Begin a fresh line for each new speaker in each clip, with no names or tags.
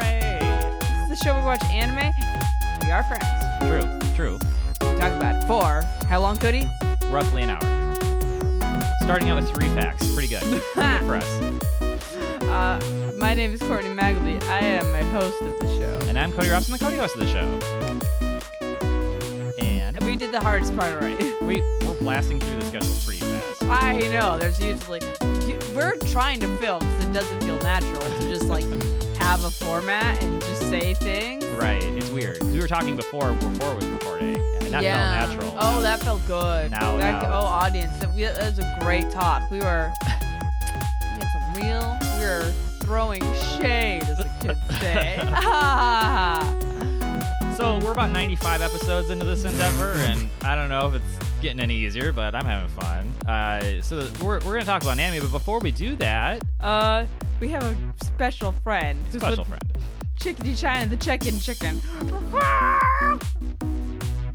Uh, show we watch anime, we are friends.
True, true.
We talk about it for how long, Cody?
Roughly an hour. Starting out with three facts. Pretty good. Pretty good for us.
Uh, my name is Courtney Magley. I am a host of the show.
And I'm Cody Robson, the Cody host of the show. And
We did the hardest part already.
we, we're blasting through the schedule pretty fast.
I know. There's usually you- we're trying to film because it doesn't feel natural to just like have a format and just say things.
Right, it's weird. We were talking before before was recording, and that
yeah.
felt natural.
Oh, that felt good.
Now-
that,
now.
Oh, audience, that, we, that was a great talk. We were we had some real. We were throwing shade, as the kids say.
So we're about 95 episodes into this endeavor, and I don't know if it's getting any easier, but I'm having fun. Uh, so we're, we're going to talk about anime, but before we do that,
uh, we have a special friend who's
special
with
friend.
Chickadee China, the chicken chicken.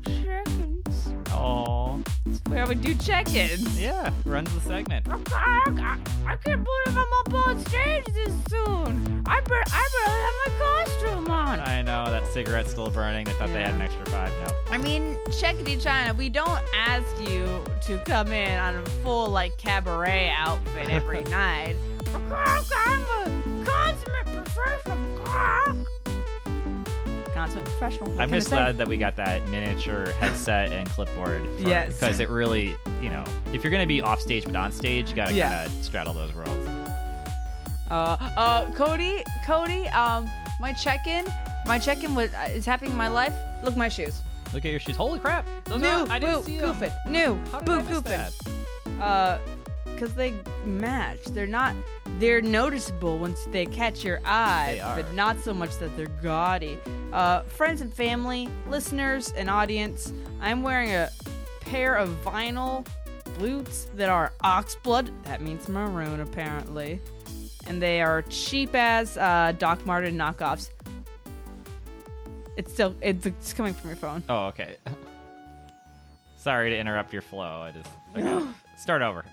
Chickens.
Oh,
where we do check-ins.
yeah, runs the segment.
I, I can't believe I'm up on stage this soon. I bar- I barely have my costume on.
I know that cigarette's still burning. They thought they had an extra five. No,
I mean, Checkity China, we don't ask you to come in on a full like cabaret outfit every night. I'm a consummate professional. Consummate professional. what
I'm
can I
just
say?
glad that we got that miniature headset and clipboard. for-
Yes.
because it really, you know, if you're going to be off stage but on stage, you got to
Yeah.
kind of straddle those worlds.
Uh, uh, Cody, Cody, um, my check-in, my check-in was uh, is happening in my life. Look, at my shoes.
Look at your shoes. Holy crap! Those
new,
are, I didn't
boo,
see them.
goofin. New,
How did
boo,
I miss
goofin.
that?
Uh, cause they match. They're not. They're noticeable once they catch your eye,
They are.
but not so much that they're gaudy. Uh, friends and family, listeners and audience, I'm wearing a pair of vinyl boots that are oxblood. That means maroon, apparently. And they are cheap as uh, Doc Martin knockoffs. It's still it's, it's coming from your phone.
Oh, okay. Sorry to interrupt your flow. I just I gotta- start over.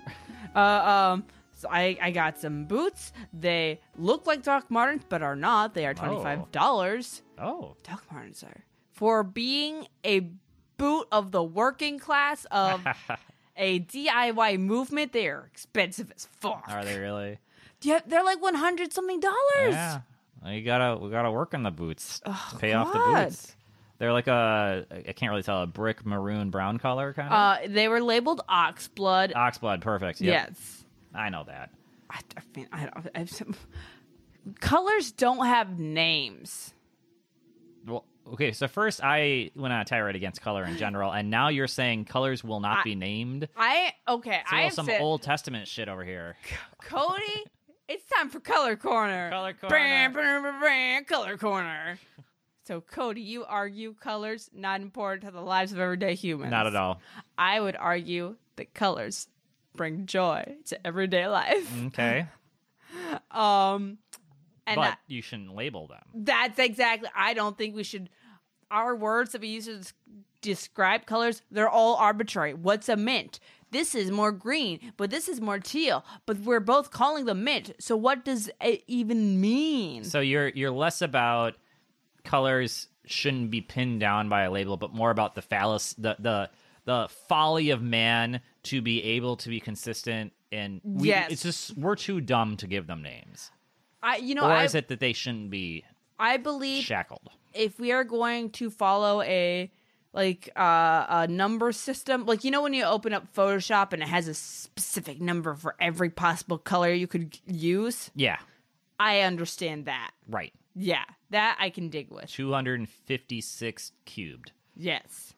Uh, um, so I, I got some boots. They look like Doc Martens, but are not. They are twenty five dollars.
Oh,
Doc Martens are for being a boot of the working class of a DIY movement. They are expensive as fuck.
are they really?
Yeah, they're like one hundred something dollars.
Yeah, you gotta we gotta work on the boots.
Oh,
Pay off the
God.
boots. They're like a I can't really tell a brick maroon brown color kind of
Uh, they were labeled oxblood.
oxblood. Perfect. Uh, Yep.
Yes.
I know that.
I, I mean, I don't. I've, colors don't have names.
Well, okay. So first, I went on a tirade against color in general, and now you're saying colors will not
I-
be named.
I okay.
It's
I
a little
have
some
said-
Old Testament shit over here.
Cody, it's time for Color Corner.
Color corner.
Bram, bram, bram, bram, color Corner. So, Cody, you argue colors not important to the lives of everyday humans.
Not at all.
I would argue that colors bring joy to everyday life.
Okay,
Um, and
Mm. but
I-
you shouldn't label them.
that's exactly. I don't think we should. Our words that we use to des- describe colors, they're all arbitrary. What's a mint? This is more green, but this is more teal. But we're both calling them mint. So what does it even mean?
So you're you're less about colors shouldn't be pinned down by a label, but more about the fallacy, the the the folly of man to be able to be consistent. And we,
Yes.
it's just we're too dumb to give them names,
I, you know,
or
I,
is it that they shouldn't be
I believe
shackled?
if we are going to follow a like uh, a number system, like you know when you open up Photoshop and it has a specific number for every possible color you could use.
Yeah,
I understand that.
right.
Yeah, that I can dig with.
Two hundred and fifty six cubed.
Yes.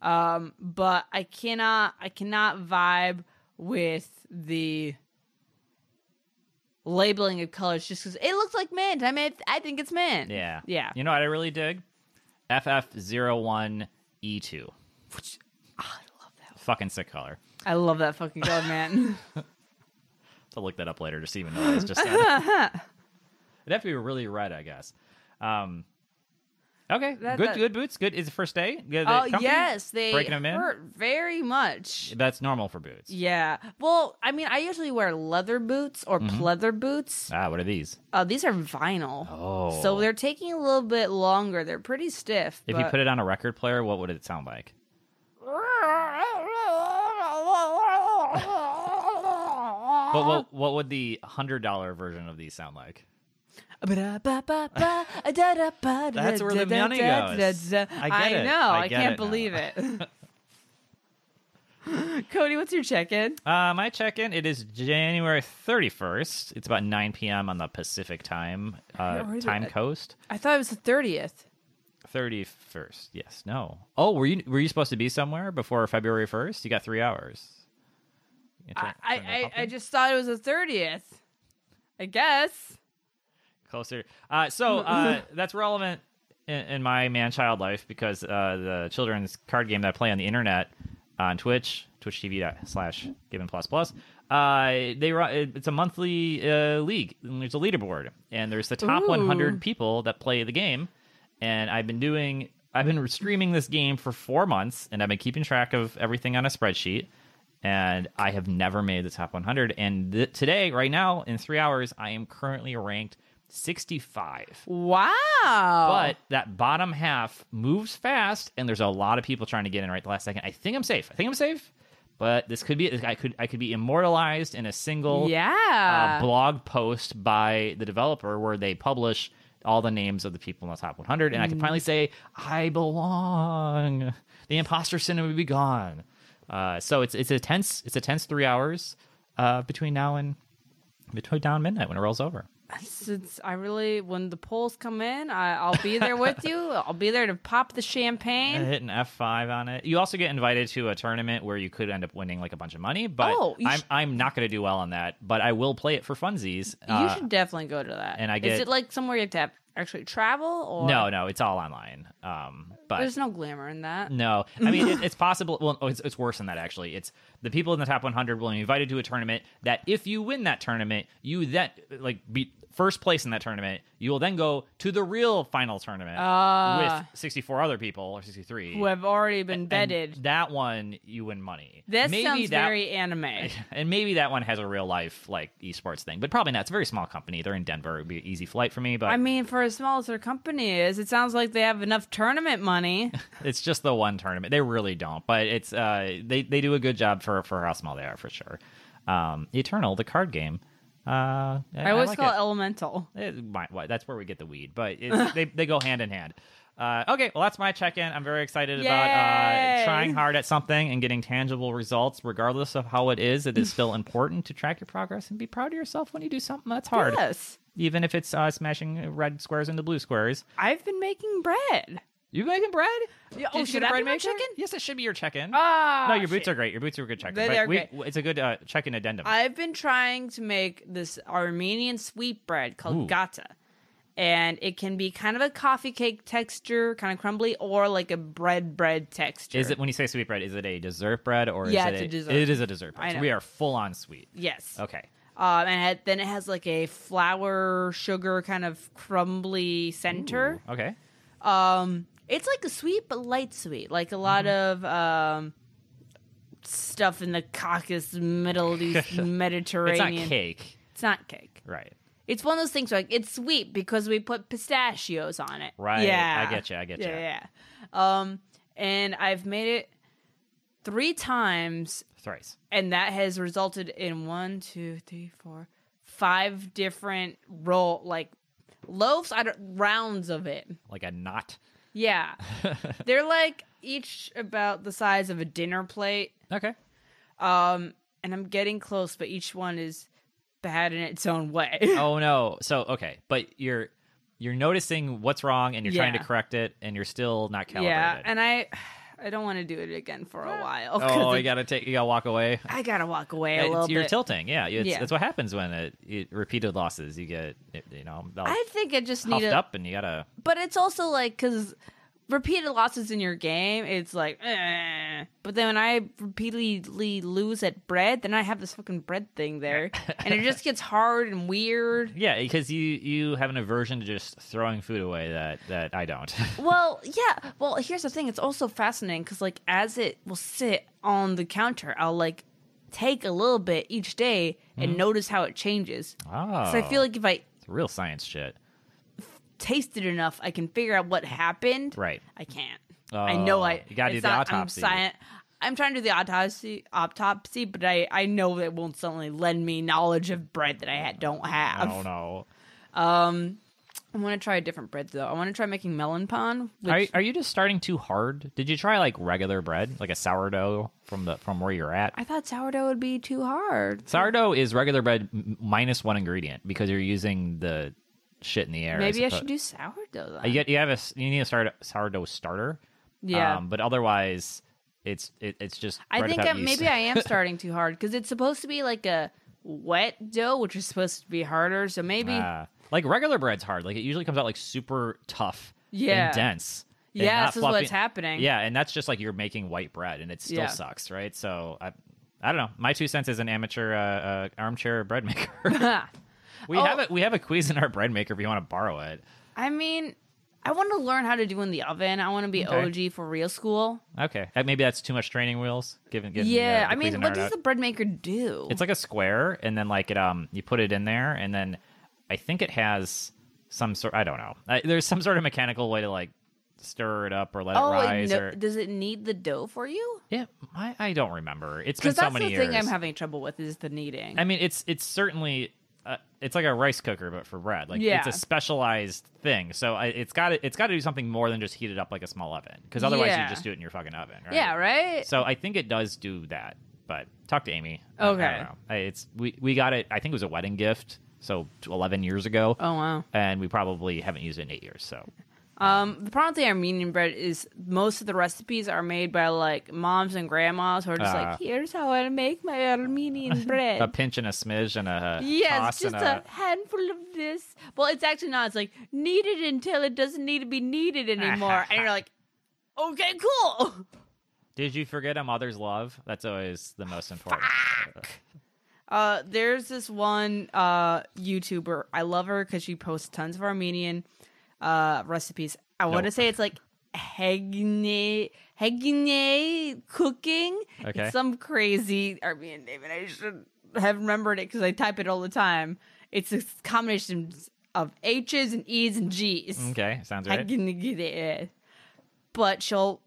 Um, but I cannot I cannot vibe with the labeling of colors just because it looks like mint. I mean, I think it's mint.
Yeah.
Yeah.
You know what I really dig? FF01E2.
Which- ah, I love that.
E Fucking sick color.
I love that fucking color, man.
I'll look that up later to see even know what I was just said. It'd have to be really red, I guess. Um, Okay,
That-
good,
that-
good boots. Good is the first day. Good,
Oh
comfy?
yes, they
Breaking 'em in?
hurt very much.
that's normal for boots.
Yeah. Well, I mean, I usually wear leather boots or
Mm-hmm.
pleather boots.
Ah, what are these?
Uh, these are vinyl.
Oh.
So they're taking a little bit longer. They're pretty stiff.
If you put it on a record player, what would it sound like? But what what would the hundred dollar version of these sound like?
That's
where the money goes. I get
I
it.
know.
I
I,
get
can't
it now.
believe it. Cody, what's your check-in?
Uh, my check in. It is January thirty first. It's about nine p.m. on the Pacific time uh,
Where is
time
it?
coast.
I thought it was the thirtieth.
Thirty first. Yes. No. Oh, were you were you supposed to be somewhere before February first? You got three hours. You
I,
turn-
I,
turn the
I,
pump
I
in?
just thought it was the thirtieth. I guess.
closer. Uh, so uh, that's relevant in, in my man-child life because uh, the children's card game that I play on the internet uh, on Twitch, Twitch TV slash Given Plus Plus. Uh, they run. It's a monthly uh, league. And there's a leaderboard, and there's the top
Ooh.
100 people that play the game. And I've been doing. I've been streaming this game for four months, and I've been keeping track of everything on a spreadsheet. And I have never made the top 100. And th- today, right now, in three hours, I am currently ranked 65.
Wow.
But that bottom half moves fast, and there's a lot of people trying to get in right at the last second. I think I'm safe. I think I'm safe. But this could be. I could. I could be immortalized in a single
yeah.
uh, blog post by the developer where they publish all the names of the people in the top 100, and I can finally
Mm.
say I belong. The imposter syndrome would be gone. Uh, so it's it's a tense it's a tense three hours uh, between now and between now and midnight when it rolls over.
Since I really, when the polls come in, I, I'll be there with you. I'll be there to pop the
I
champagne.
hit an F five on it. You also get invited to a tournament where you could end up winning like a bunch of money, but
Oh, you
I'm
sh-
I'm not going to do well on that. But I will play it for funsies.
you
Uh,
should definitely go to that.
and I
is
get-
it like somewhere you have to have, actually travel or
no, no, it's all online. Um, but
There's no glamour in that.
No, I mean it, it's possible. Well, oh, it's, it's worse than that actually. It's the people in the top 100 will be invited to a tournament that if you win that tournament, you then like be first place in that tournament. You will then go to the real final tournament
Ah.
with 64 other people or 63.
Who have already been
And
vetted.
that one you win money.
This
Maybe
sounds
that-
very anime.
and maybe that one has a real life like esports thing, but probably not. It's a very small company. They're in Denver. It would be an easy flight for me, but
I mean, for as small as their company is, it sounds like they have enough tournament money.
it's just the one tournament. They really don't, but it's uh they, they do a good job for for how small they are for sure. Um, Eternal, the card game. Uh, I,
I always
like
call it
it.
elemental.
It might- why- that's where we get the weed, but it's, they they go hand in hand. Uh, okay, well that's my check in. I'm very excited about
Yay!
uh, trying hard at something and getting tangible results, regardless of how it is. It is still important to track your progress and be proud of yourself when you do something that's hard,
Yes.
even if it's uh, smashing red squares into blue squares.
I've been making bread.
You making bread?
Yeah,
Did
oh,
you
should
get a
that
bread
be my
maker?
check-in?
Yes, it should be your check-in.
Ah,
no, your boots
shit.
are great. Your boots are a good check-in.
They-
but
they're
we-
great.
w- It's a good uh, check-in addendum.
I've been trying to make this Armenian sweetbread called
Ooh.
gata. And it can be kind of a coffee cake texture, kind of crumbly, or like a bread bread texture.
is it when you say sweet bread? Is it a dessert bread or
Yeah,
is
it's
it
a dessert.
It is a dessert bread.
I
So
know.
we are full on sweet.
Yes.
Okay.
Um, and it, then it has like a flour, sugar kind of crumbly center.
Okay.
Um, it's like a sweet but light sweet, like a lot of
Mm-hmm.
um, stuff in the Caucasus, Middle East,
It's
Mediterranean.
not cake,
It's not cake.
right?
It's one of those things where, like it's sweet because we put pistachios on it.
Right.
Yeah.
I get you. I get you.
Yeah. yeah. Um, and I've made it three times,
Thrice.
and that has resulted in one, two, three, four, five different roll like loaves. I don't rounds of it.
Like a knot.
Yeah. They're like each about the size of a dinner plate.
Okay.
Um, and I'm getting close, but each one is bad in its own way.
Oh no. So okay, but you're you're noticing what's wrong and you're trying to
Yeah.
correct it and you're still not calibrated.
yeah, and I I don't want to do it again for a while. 'cause
oh,
it-
you gotta take. You gotta walk away.
I gotta walk away a
It's-
little
you're
bit.
tilting. Yeah, it's,
Yeah.
that's what happens when it, it- repeated losses. You get you know all
I think I just need
puffed
a,
up, and you gotta
but it's also like because repeated losses in your game, it's like, eh. but then when I repeatedly lose at bread, then I have this fucking bread thing there, and it just gets hard and weird.
Yeah, because you you have an aversion to just throwing food away that that I don't.
Well, yeah. Well, here's the thing. It's also fascinating because, like, as it will sit on the counter, I'll like take a little bit each day and notice how it changes.
oh,
So I feel like if I
it's real science shit.
taste it enough, I can figure out what happened.
Right.
I can't. I know
Oh,
I.
you gotta do
it's
the
not-
autopsy.
I'm, sci- I'm trying to do the autopsy, autopsy, but I I know that won't suddenly lend me knowledge of bread that I ha- don't
I
have.
don't know.
I want to try a different bread though. I want to try making melon pan. Which,
Are you- are you just starting too hard? Did you try like regular bread, like a sourdough from the from where you're at?
I thought sourdough would be too hard.
Sourdough is regular bread m- minus one ingredient because you're using the shit in the air.
Maybe I
suppose.
should do sourdourdough. Then.
You get you have a s- you need a sourdough, sourdough starter. Um,
Yeah.
but otherwise, it's it, it's just.
I
bread
think
without
I,
yeast.
maybe I am starting too hard because it's supposed to be like a wet dough, which is supposed to be harder. So maybe
Ah. like regular bread's hard. Like it usually comes out like super tough.
Yeah.
And dense. and
Yeah,
not
this is what's
fluffy.
happening.
Yeah, and that's just like you're making white bread, and it still
Yeah.
sucks, right? So I, I don't know. My two cents is an amateur uh, uh, armchair bread maker. we
Oh.
have a we have a Cuisinart bread maker if you want to borrow it.
I mean, I want to learn how to do in the oven. I want to be
Okay.
OG for real school.
Okay, Uh, maybe that's too much training wheels. Given, given
yeah,
the, uh, the
I mean,
Cuisinart
what does
out.
the bread maker do?
It's like a square, and then like it um you put it in there, and then I think it has some sort. I don't know. Uh, there's some sort of mechanical way to like stir it up or let
oh,
it
and
rise.
no-
or
does it need the dough for you?
yeah, I, I don't remember. It's been
Because
so
that's
many
the
years.
thing I'm having trouble with is the kneading.
I mean, it's it's certainly uh, it's like a rice cooker, but for bread. Like
Yeah.
it's a specialized thing. So I, it's got to it's got to do something more than just heat it up like a small oven, because otherwise
Yeah.
you just do it in your fucking oven. Right?
yeah, right.
So I think it does do that, but talk to Amy. I- I don't
Okay.
know. I- It's we we got it. I think it was a wedding gift, so eleven years ago,
oh wow.
and we probably haven't used it in eight years. So
Um, the problem with the Armenian bread is most of the recipes are made by like moms and grandmas who are just
Ah.
like, here's how I make my Armenian
a
bread.
pinch and a smidge and a
Yes,
toss
just
and
a handful of this. Well, it's actually not. It's like knead it until it doesn't need to be kneaded anymore. and you're like, okay, cool.
Did you forget a mother's love? That's always the most important.
Uh, there's this one uh YouTuber. I love her because she posts tons of Armenian uh recipes. I want to say it's like Hegne Hegne cooking.
Okay.
It's some crazy Armenian name, and I should have remembered it because I type it all the time. It's a combination of H's and E's and G's.
Okay, sounds
I
right.
can get it. But she'll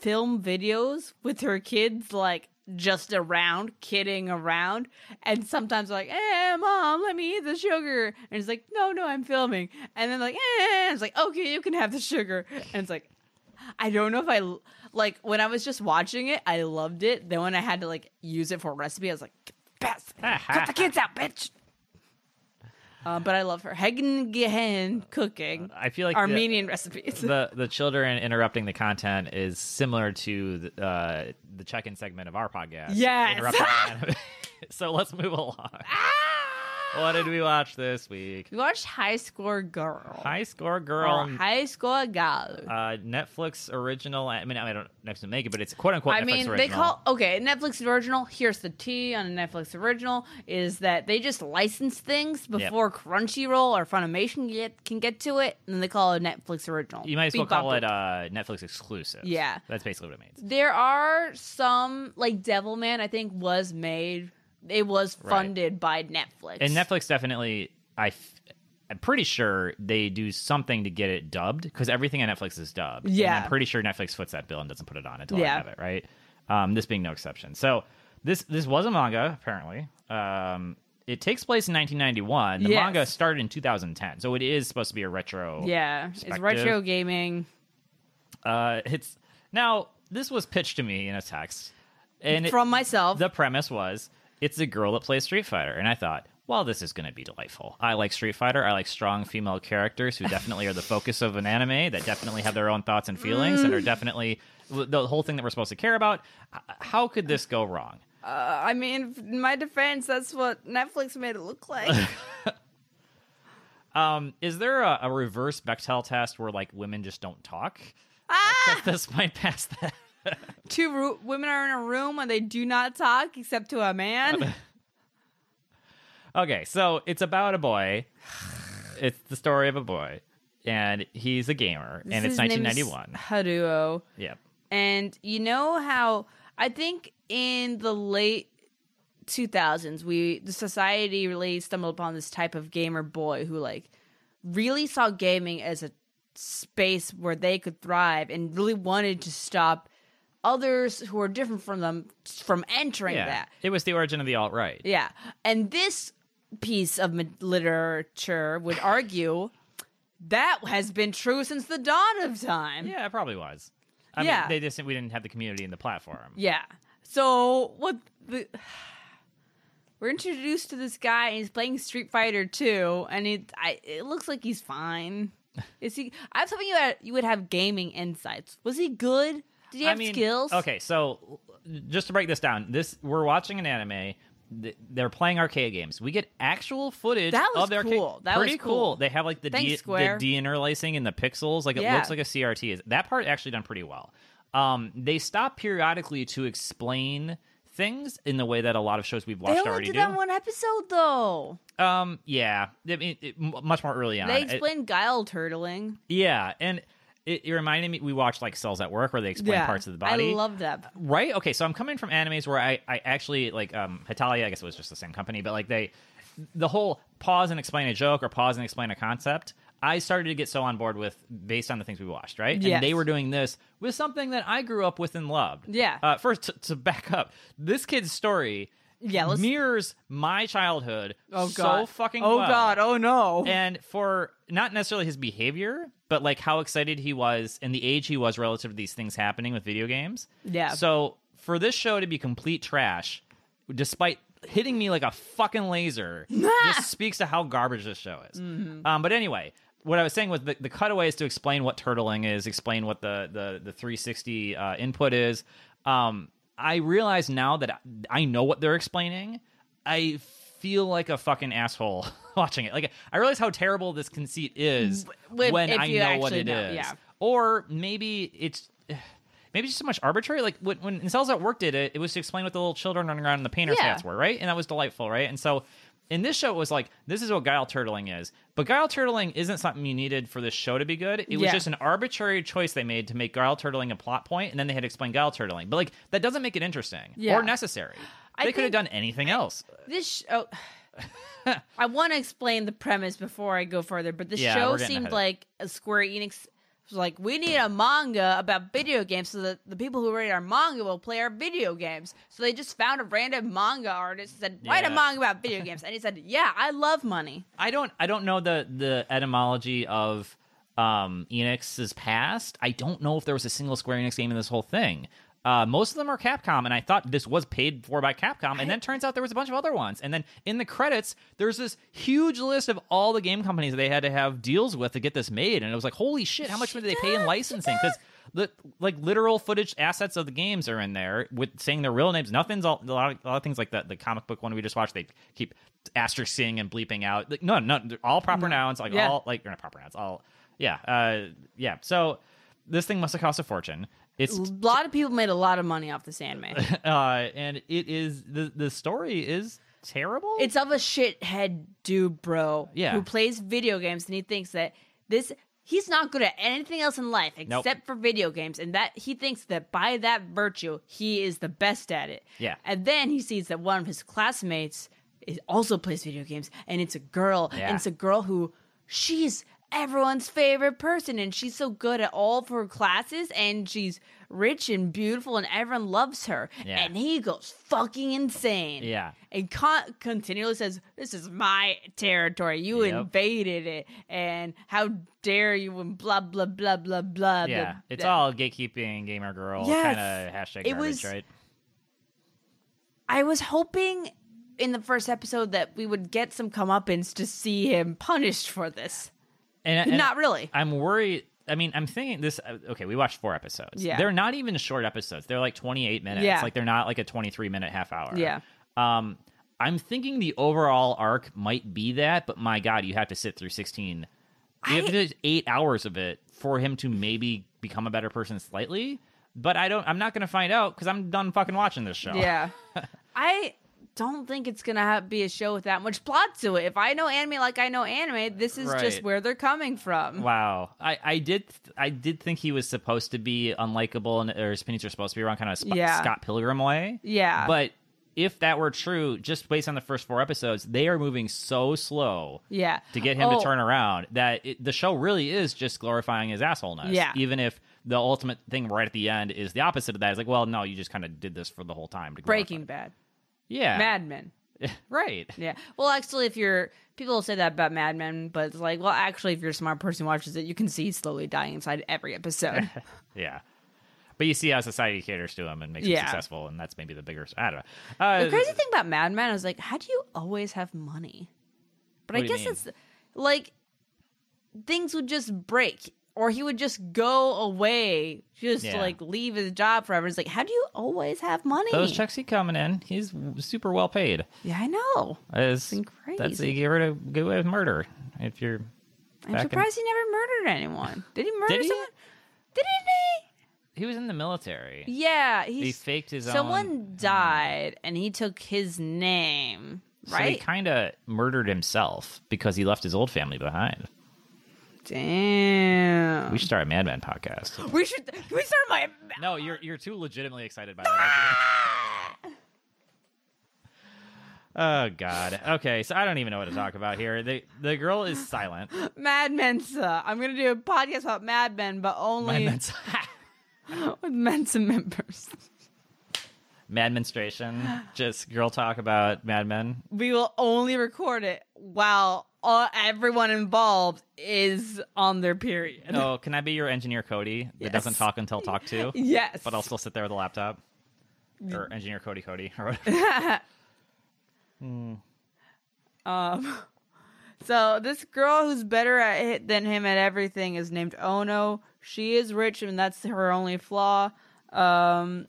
film videos with her kids, like just around, kidding around. And sometimes, like, eh, mom, let me eat the sugar. And it's like, no, no, I'm filming. And then, like, eh, it's like, okay, you can have the sugar. And it's like, I don't know if I l- like when I was just watching it, I loved it. Then when I had to like use it for a recipe, I was like, best, cut the kids out, bitch. Uh, but I love her. Hegen Gehen cooking.
Uh, I feel like the-
Armenian recipes.
the the children interrupting the content is similar to the, uh, the check-in segment of our podcast.
Yes.
Interrupting anime. so let's move along. What did we watch this week?
we watched High Score Girl.
High Score
Or
Girl,
High Score Girl.
uh, Netflix original. I mean, I don't Netflix make it, but it's quote unquote.
I
Netflix
mean,
original.
they call okay Netflix original. Here's the T on a Netflix original is that they just license things before Crunchyroll or Funimation get, can get to it, and then they call it a Netflix original.
You might as well
Bebop
call it uh, Netflix exclusive.
Yeah.
that's basically what it means.
There are some like Devilman. I think was made. It was
Right.
funded by Netflix.
And Netflix definitely, I, f- I'm pretty sure they do something to get it dubbed because everything on Netflix is dubbed. And
Yeah.
I'm pretty sure Netflix foots that bill and doesn't put it on until
Yeah.
I have it, right? Um, this being no exception. So this this was a manga, apparently. Um, it takes place in 1991. The
Yes.
manga started in 2010, so it is supposed to be a retro.
yeah, it's
perspective.
retro gaming
Uh, it's now this was pitched to me in a text, and it-
from myself.
the premise was it's a girl that plays Street Fighter, and I thought, well, this is going to be delightful. I like Street Fighter. I like strong female characters who definitely are the focus of an anime that definitely have their own thoughts and feelings and are
Mm.
definitely the whole thing that we're supposed to care about. H- How could this go wrong?
I mean, in my defense, that's what Netflix made it look like.
Um, is there a, a reverse Bechtel test where like women just don't talk?
Ah!
this might pass that.
Two ru- women are in a room and they do not talk except to a man.
Okay, so it's about a boy. It's the story of a boy, and he's a gamer, and
His
it's
name is
1991.
Haruo.
Yep.
And you know how I think in the late 2000s we the society really stumbled upon this type of gamer boy who like really saw gaming as a space where they could thrive and really wanted to stop others who are different from them from entering
Yeah.
that.
It was the origin of the alt right.
Yeah. And this piece of mi- literature would argue that has been true since the dawn of time.
Yeah, it probably was. I
Yeah.
mean, they just we didn't have the community and the platform.
Yeah. So what the we're introduced to this guy and he's playing Street Fighter 2 and it I it looks like he's fine. Is he I was hoping you had, you would have gaming insights. Was he good? Did he
I
have
mean,
skills?
Okay, so just to break this down, this we're watching an anime. th- They're playing arcade games. We get actual footage
That was
of their arcade.
cool. That was
Pretty
cool.
They have like the
Thanks,
de- the
Square.
deinterlacing and the pixels. Like it
Yeah.
looks like a CRT. Is that part actually done pretty well? Um, they stop periodically to explain things in the way that a lot of shows we've
They
watched
only
already
did
do.
that one episode though.
Um, yeah, I mean, it, m- much more early on.
They
It-
explained guile turtling.
yeah, and it, it reminded me we watched like Cells at Work where they explain parts of the body.
I love that.
Right? Okay, so I'm coming from animes where I, I actually like um Hitalia, I guess it was just the same company, but like they the whole pause and explain a joke or pause and explain a concept, I started to get so on board with based on the things we watched, right?
Yes.
And they were doing this with something that I grew up with and loved.
Yeah.
Uh, first to, to back up, this kid's story
Yeah, let's-
mirrors my childhood
Oh
so
god.
fucking
Oh
well
god. Oh no.
and for not necessarily his behavior, but like how excited he was and the age he was relative to these things happening with video games.
Yeah.
So for this show to be complete trash, despite hitting me like a fucking laser, just speaks to how garbage this show is.
Mm-hmm.
Um, but anyway. What I was saying was the, the cutaway is to explain what turtling is, explain what the the, the 360 uh, input is. Um, I realize now that I, I know what they're explaining. I feel like a fucking asshole watching it. Like I realize how terrible this conceit is
When-
when
if
I
you
know what
actually
it is.
know, yeah.
Or maybe it's maybe it's just so much arbitrary. Like when, when Cells at Work did it, it was to explain what the little children running around in the painter's
Yeah.
hats were, right? And that was delightful, right? And so in this show, it was like this is what guile turtling is, but guile turtling isn't something you needed for this show to be good. It was
Yeah.
just an arbitrary choice they made to make guile turtling a plot point, and then they had to explain guile turtling. But like that doesn't make it interesting
Yeah.
or necessary.
I
They could have
think-
done anything else.
this sh- oh, I want to explain the premise before I go further, but the
Yeah,
show
we're getting
seemed
ahead.
like a Square Enix was like, we need a manga about video games so that the people who read our manga will play our video games. So they just found a random manga artist and said, write a
Yeah.
manga about video games, and he said, yeah, I love money.
I don't I don't know the the etymology of um Enix's past. I don't know if there was a single Square Enix game in this whole thing. Uh, most of them are Capcom, and I thought this was paid for by Capcom, and then turns out there was a bunch of other ones. And then in the credits, there's this huge list of all the game companies that they had to have deals with to get this made, and it was like, holy shit, how much did they pay in licensing? Because the like literal footage assets of the games are in there with saying their real names. Nothing's all, a, lot of, a lot of things like that. The comic book one we just watched, they keep asterisking and bleeping out. Like, no, no, they're all proper nouns, like
Yeah.
all like or not proper nouns, all yeah, uh, yeah. So this thing must have cost a fortune. It's
A lot of people made a lot of money off this anime.
uh, and it is the the story is terrible.
It's of a shithead dude, bro,
Yeah.
who plays video games and he thinks that this he's not good at anything else in life except
Nope.
for video games, and that he thinks that by that virtue he is the best at it.
Yeah.
and then he sees that one of his classmates is also plays video games, and it's a girl,
Yeah.
and it's a girl who she's everyone's favorite person and she's so good at all of her classes and she's rich and beautiful and everyone loves her
Yeah.
and he goes fucking insane
Yeah.
and con- continually says, "This is my territory. You
Yep.
invaded it, and how dare you?" And blah blah blah blah blah.
yeah,
blah,
it's
blah.
all gatekeeping, gamer girl
Yes.
kind of hashtag
It
garbage,
was-
right?
I was hoping in the first episode that we would get some comeuppance to see him punished for this.
And, and
Not really.
I'm worried. I mean, I'm thinking this. uh, Okay, we watched four episodes.
Yeah.
they're not even short episodes. They're like 28 minutes.
Yeah.
like they're not like a 23 minute half hour.
Yeah.
Um, I'm thinking the overall arc might be that, but my God, you have to sit through 16. You have
I-
to do eight hours of it for him to maybe become a better person slightly. But I don't. I'm not going to find out because I'm done fucking watching this show.
Yeah. I don't think it's going to have, be a show with that much plot to it. If I know anime like I know anime, this is just
Right.
where they're coming from.
Wow. I, I did I did think he was supposed to be unlikable and or his opinions are supposed to be around kind of Sp-
Yeah.
Scott Pilgrim way.
Yeah.
But if that were true, just based on the first four episodes, they are moving so slow
yeah.
to get him
Oh,
to turn around that it, the show really is just glorifying his assholeness.
Yeah.
Even if the ultimate thing right at the end is the opposite of that. It's like, well, no, you just kind of did this for the whole time. To glorify-
Breaking Bad.
Yeah.
Mad Men.
Right.
Yeah. Well, actually, if you're people say that about Mad Men, but it's like, well, actually, if you're a smart person who watches it, you can see he's slowly dying inside every episode.
Yeah. But you see how society caters to him and makes
Yeah.
him successful, and that's maybe the bigger. I don't know. Uh,
the crazy thing about Mad Men is like, how do you always have money? But
What
I
do you
guess
mean?
it's like things would just break, or he would just go away, just
Yeah.
like leave his job forever. It's like, how do you always have money?
Those checks he coming in. He's super well paid.
yeah, I know.
It's,
Been
That's
crazy.
you get rid of get away with murder if you're.
I'm
back in-
surprised he never murdered anyone. Did he murder
Did he?
someone? Didn't
He was in the military.
he? Yeah, he's,
he faked his
someone
own. Hmm.
died, and he took his name.
So he
Right?
kind of murdered himself because he left his old family behind.
Damn.
We should start a Mad Men podcast.
We should. Can we start my
No, you're you're too legitimately excited by that. idea. oh God. Okay, so I don't even know what to talk about here. The the girl is silent.
Mad Mensa. I'm gonna do a podcast about Mad Men, but only
Mad
with Mensa members.
Mad menstruation. Just girl talk about Mad Men.
We will only record it while all, everyone involved is on their period.
Oh, can I be your engineer, Cody? That doesn't
Yes.
talk until talk to,
Yes,
but I'll still sit there with a laptop.
Mm.
Or engineer Cody, Cody, or whatever.
Um, so this girl who's better at it than him at everything is named Ono. She is rich, and that's her only flaw. Um,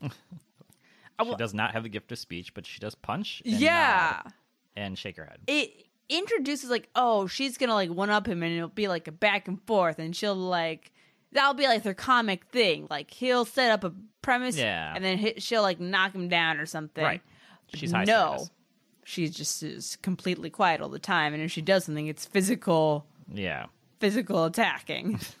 she does not have the gift of speech, but she does punch. And
yeah.
nod and shake her head.
it introduces like oh she's gonna like one up him and it'll be like a back and forth and she'll like that'll be like their comic thing like he'll set up a premise
Yeah.
and then hit, she'll like knock him down or something
Right. She's high
no
status.
she's just is completely quiet all the time and if she does something it's physical
Yeah.
physical attacking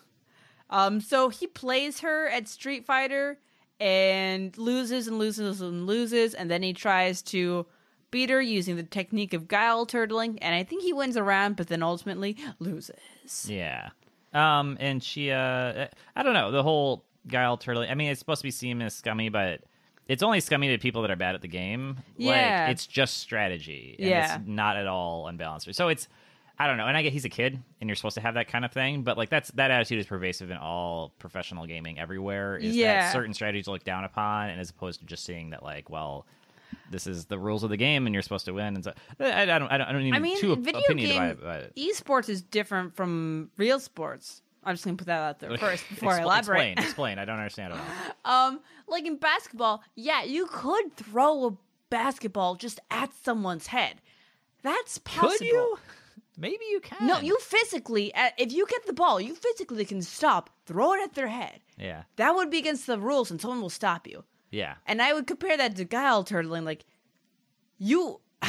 um so he plays her at street fighter and loses and loses and loses and then he tries to beat her using the technique of guile turtling and i think he wins a round but then ultimately loses
Yeah. Um, and she, uh, I don't know, the whole Guile Turtle. I mean, it's supposed to be seen as scummy, but it's only scummy to people that are bad at the game.
Yeah.
Like, it's just strategy. And
Yeah.
It's not at all unbalanced. So it's, I don't know. And I get he's a kid and you're supposed to have that kind of thing, but like that's, that attitude is pervasive in all professional gaming everywhere. Is
Yeah.
that certain strategies are looked down upon and as opposed to just seeing that, like, well, this is the rules of the game, and you're supposed to win. And so I, I don't, I don't, I don't even
i mean
Hmm, too
video
opinion
game
about it.
esports is different from real sports i'm just gonna put that out there first before i
Expl-
elaborate
Explain, explain. I don't understand at all.
Um, like in basketball, yeah, you could throw a basketball just at someone's head. That's possible.
Could you? Maybe you can.
No, you physically, uh, if you get the ball, you physically can stop, throw it at their head.
Yeah,
That would be against the rules and someone will stop you.
yeah,
And I would compare that to guile turtling. Like, you.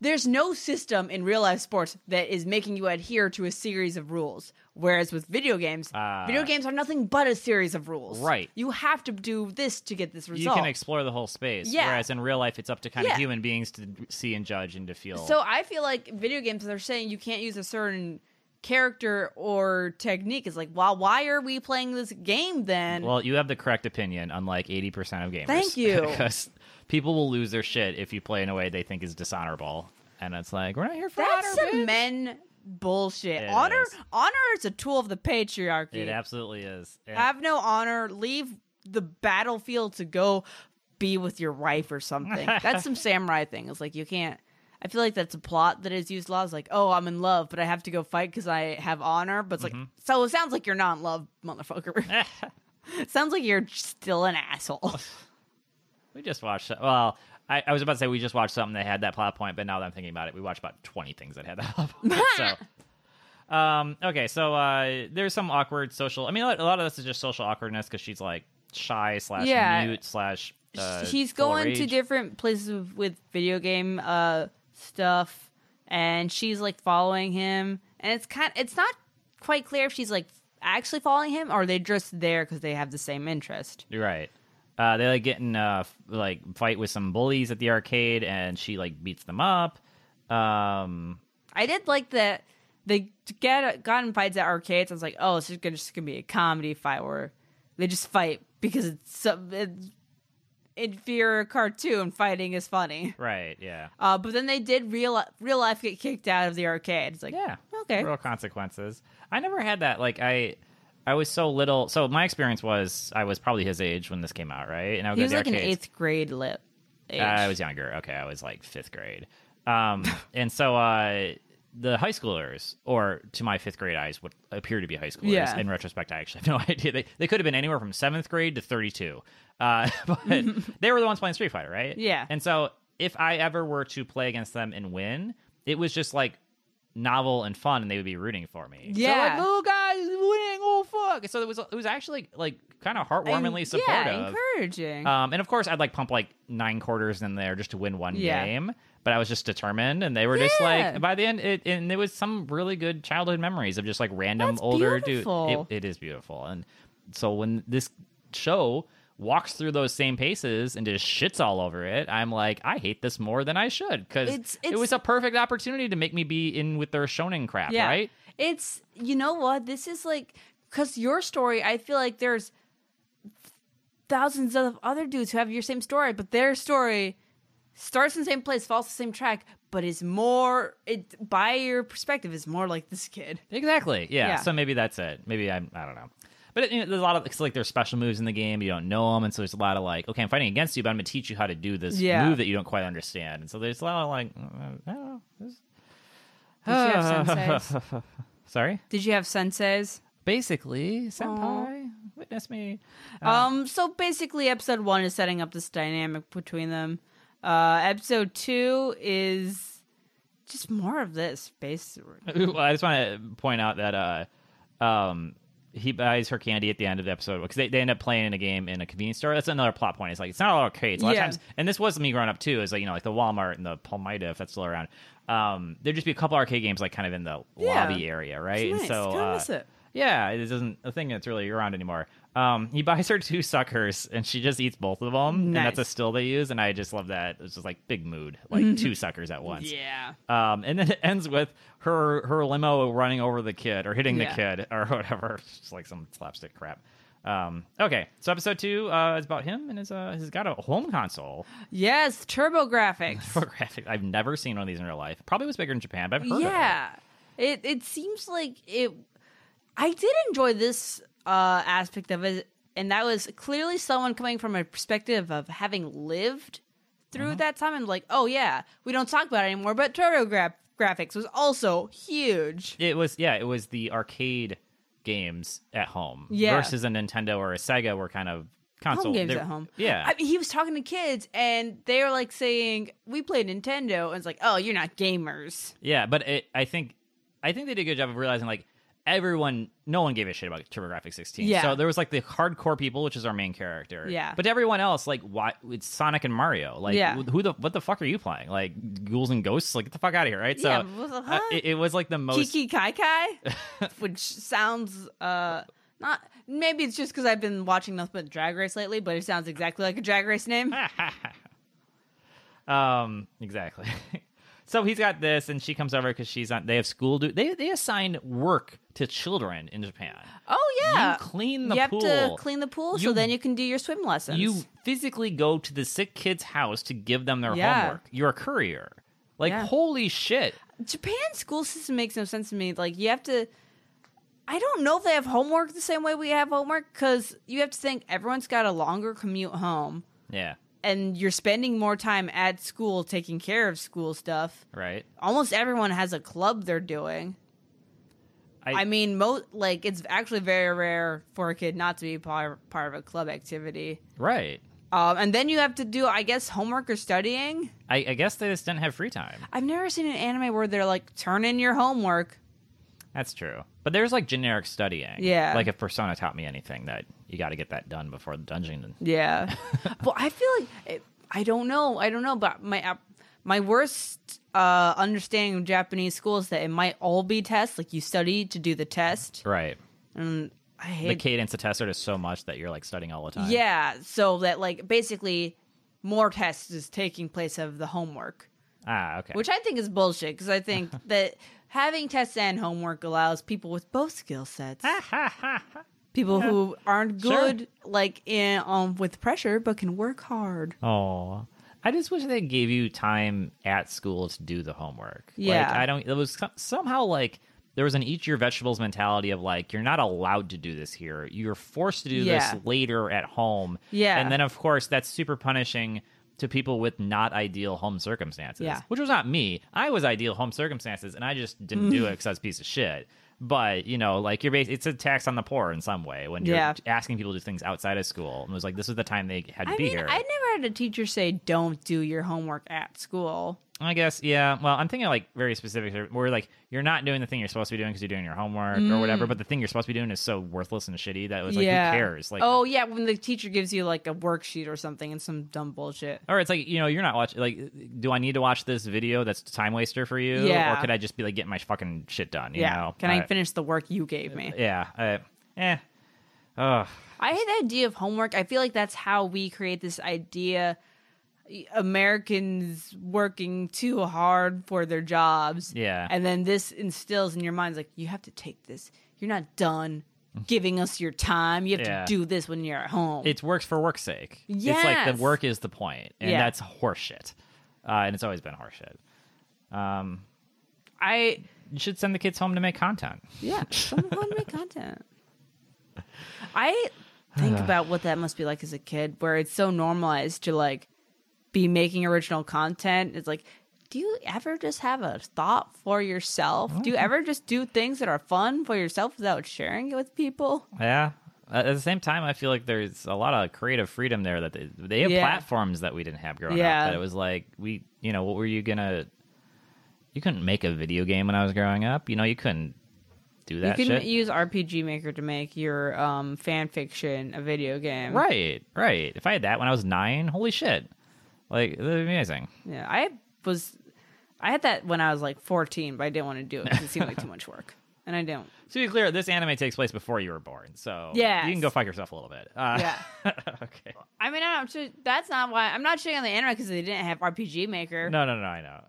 there's no system in real life sports that is making you adhere to a series of rules. Whereas with video games,
Ah.
video games are nothing but a series of rules.
Right.
You have to do this to get this
you
result.
can explore the whole space.
Yeah.
Whereas in real life, it's up to kind
Yeah.
of human beings to d- see and judge and to feel.
so I feel like video games are saying you can't use a certain character or technique. It's like, well, why are we playing this game then?
well, you have the correct opinion, unlike eighty percent of gamers.
um, Thank you.
because people will lose their shit if you play in a way they think is dishonorable, and it's like we're not here for
That's
honor,
some
bitch.
men bullshit.
It
honor,
is.
honor is a tool of the patriarchy.
It absolutely is. And-
have no honor leave the battlefield to go be with your wife or something that's some samurai thing it's like you can't i feel like that's a plot that is used a lot it's like oh i'm in love but i have to go fight because i have honor but it's like so it sounds like you're not in love motherfucker sounds like you're still an asshole
we just watched. Well, I, I was about to say we just watched something that had that plot point, but now that I'm thinking about it, we watched about 20 things that had that plot point. so, um, okay, so uh, there's some awkward social. I mean, a lot- a lot of this is just social awkwardness because she's like shy slash
Yeah.
mute slash. Uh,
he's
full of
going to
rage.
different places with- with video game uh stuff and she's like following him and it's kind it's not quite clear if she's like actually following him or they're just there because they have the same interest
You're right. Uh, they like get in a f- like fight with some bullies at the arcade, and she like beats them up. Um,
i did like that they get gotten fights at arcades i was like oh it's just gonna, just gonna be a comedy fight where they just fight because it's some it's, if you're a cartoon fighting is funny
right. Yeah.
uh, but then they did real real life get kicked out of the arcade it's like
Yeah.
okay
Real consequences. I never had that. Like I, I was so little. So my experience was I was probably his age when this came out, right? And I would
He
go
was
to the
like an
arcades.
eighth grade lit. Age.
Uh, I was younger. Okay, I was like fifth grade. Um, and so uh, the high schoolers, or to my fifth grade eyes, would appear to be high schoolers.
Yeah.
In retrospect, I actually have no idea. They, they could have been anywhere from seventh grade to 32. Uh, but they were the ones playing Street Fighter, right?
Yeah.
And so if I ever were to play against them and win, it was just like novel and fun, and they would be rooting for me. So,
Yeah.
like, little guys winning, oh fuck! So it was it was actually like kind of heartwarmingly supportive.
Yeah, encouraging.
Um, and of course, I'd like pump like nine quarters in there just to win one
Yeah.
game. But I was just determined, and they were just
Yeah.
like by the end. It, and there was some really good childhood memories of just like random
That's
older
beautiful.
dude. It, it is beautiful, and so when this show walks through those same paces and just shits all over it, I'm like, I hate this more than I should because
It's-
it
it's-
was a perfect opportunity to make me be in with their shonen crap,
yeah.
right?
It's you know what? This is like because your story, I feel like there's thousands of other dudes who have your same story, but their story starts in the same place, falls the same track, but is more it by your perspective is more like this kid.
Exactly. Yeah.
Yeah.
So maybe that's it. Maybe I'm. I don't know. But it, you know, there's a lot of it's like there's special moves in the game. You don't know them, and so there's a lot of like, okay, I'm fighting against you, but I'm gonna teach you how to do this
Yeah.
move that you don't quite understand. And so there's a lot of like, uh, I don't know. This-
Did you have senseis?
Sorry.
Did you have senseis?
Basically, senpai, witness me.
Um. So basically, episode one is setting up this dynamic between them. Uh, episode two is just more of this. Base.
well, I just want to point out that uh, um, he buys her candy at the end of the episode because they, they end up playing a game in a convenience store. That's another plot point. It's like it's not all arcades. A lot
Yeah.
of times, and this was me growing up too. Is like you know like the Walmart and the Palmyra if that's still around. Um, there'd just be a couple arcade games like kind of in the
Yeah.
lobby area, right?
It's
And
nice.
so
Kinda
uh,
miss it.
yeah, it isn't a thing that's really around anymore. Um, he buys her two suckers and she just eats both of them, and that's a
Nice. Mm-hmm.
still they use. And I just love that. It's just like big mood, like two suckers at once.
Yeah.
Um, and then it ends with her her limo running over the kid or hitting
Yeah.
the kid or whatever. It's like some slapstick crap. Um, okay, so episode two uh, is about him and his uh, he's got a home console.
Yes. Turbo graphics.
For graphic, I've never seen one of these in real life. Probably was bigger in Japan, but I've heard of
yeah. It it seems like it. I did enjoy this uh aspect of it, and that was clearly someone coming from a perspective of having lived
Uh-huh.
through that time and like, oh yeah, we don't talk about it anymore, but turbo gra- graphics was also huge.
it. It was yeah, it was the arcade games at home
Yeah.
versus a Nintendo or a Sega were kind of console
home games
they're-
at home.
Yeah,
I mean, he was talking to kids, and they were like saying, "We play Nintendo," and it's like, "Oh, you're not gamers."
Yeah, but it, I think I think they did a good job of realizing like everyone, no one gave a shit about TurboGrafx 16.
Yeah.
So there was like the hardcore people, which is our main character.
Yeah.
But to everyone else, like why it's Sonic and Mario. Like
Yeah.
who the what the fuck are you playing? Like ghouls and ghosts? Like get the fuck out of here, right?
Yeah,
so
what the
uh,
fuck?
it, it was like the most
Kiki Kai Kai, which sounds uh not. Maybe it's just because I've been watching nothing but Drag Race lately, but it sounds exactly like a Drag Race name.
Ah, Um, exactly. so he's got this, and she comes over because she's on. They have school. Do they? They assign work to children in Japan.
Oh yeah,
You clean the
You have to
pool.
clean the pool,
You-
so then you can do your swim lessons.
You physically go to the sick kid's house to give them their
Yeah.
homework. You're a courier. Like
Yeah.
holy shit.
Japan's school system makes no sense to me. Like you have to. I don't know if they have homework the same way we have homework because you have to think everyone's got a longer commute home.
Yeah.
and you're spending more time at school taking care of school stuff.
Right.
Almost everyone has a club they're doing. I mean, mo- like it's actually very rare for a kid not to be par- part of a club activity.
right.
Um, and then you have to do, I guess, homework or studying.
I, I guess they just didn't have free time.
I've never seen an anime where they're like, turn in your homework.
That's true. But there's like generic studying.
Yeah.
Like if Persona taught me anything, that you got to get that done before the dungeon.
Yeah. well, I feel like it, I don't know. I don't know, but my app- my worst uh, understanding of Japanese school is that it might all be tests. Like you study to do the test,
Right.
and I
The
hate.
cadence of tests are just so much that you're like studying all the time.
yeah, so that like basically more tests is taking place of the homework,
Ah, okay.
which I think is bullshit because I think that having tests and homework allows people with both skill sets. People who aren't
Sure.
good, like in um, with pressure, but can work hard.
Oh, I just wish they gave you time at school to do the homework.
Yeah.
like, I don't. It was some- somehow like there was an eat your vegetables mentality of like you're not allowed to do this here. You're forced to do
Yeah.
this later at home.
Yeah.
and then of course that's super punishing to people with not ideal home circumstances.
Yeah.
which was not me. I was ideal home circumstances, and I just didn't do it because I was a piece of shit. But you know, like you're, bas- it's a tax on the poor in some way when you're
Yeah.
asking people to do things outside of school. And it was like, this is the time they had to
I
be
mean,
here.
I never had a teacher say don't do your homework at school.
I guess, yeah. Well, I'm thinking like very specific, where like you're not doing the thing you're supposed to be doing because you're doing your homework or whatever, but the thing you're supposed to be doing is so worthless and shitty that it was like,
Mm. yeah.
who cares? Like,
oh yeah, when the teacher gives you like a worksheet or something and some dumb bullshit.
or it's like, you know, you're not watching, like, do I need to watch this video that's a time waster for you?
Yeah.
Or could I just be like getting my fucking shit done? You
yeah.
know?
Can I
Uh,
finish the work you gave me?
Yeah. Uh, eh. Ugh.
I hate the idea of homework. I feel like that's how we create this idea Americans working too hard for their jobs.
Yeah.
And then this instills in your minds like you have to take this. You're not done giving us your time. You have
Yeah.
to do this when you're at home.
It's works for work's sake. It's like
Yes.
the work is the point, and
Yeah.
that's horseshit. Uh, and it's always been horseshit.
I
You should send the kids home to make content.
Yeah, someone to make content. I think about what that must be like as a kid, where it's so normalized to like be making original content. It's like, do you ever just have a thought for yourself? Do you ever just do things that are fun for yourself without sharing it with people?
Yeah. At at the same time, I feel like there's a lot of creative freedom there that they, they have
Yeah.
platforms that we didn't have growing
Yeah.
up. That it was like we, you know, what were you gonna? You couldn't make a video game when I was growing up. You know, you couldn't do that
you e-, can
shit.
use RPG Maker to make your um, fan fiction a video game.
right, right. If I had that when I was nine, holy shit, like that'd be amazing.
Yeah, I was. I had that when I was like 14, but I didn't want to do it because it seemed like too much work, and I don't.
To be clear, this anime takes place before you were born, so
Yes.
you can go fuck yourself a little bit. Uh,
Yeah.
okay.
I mean, I'm sure that's not why I'm not shitting on the anime because they didn't have RPG Maker.
No, no, no. I know.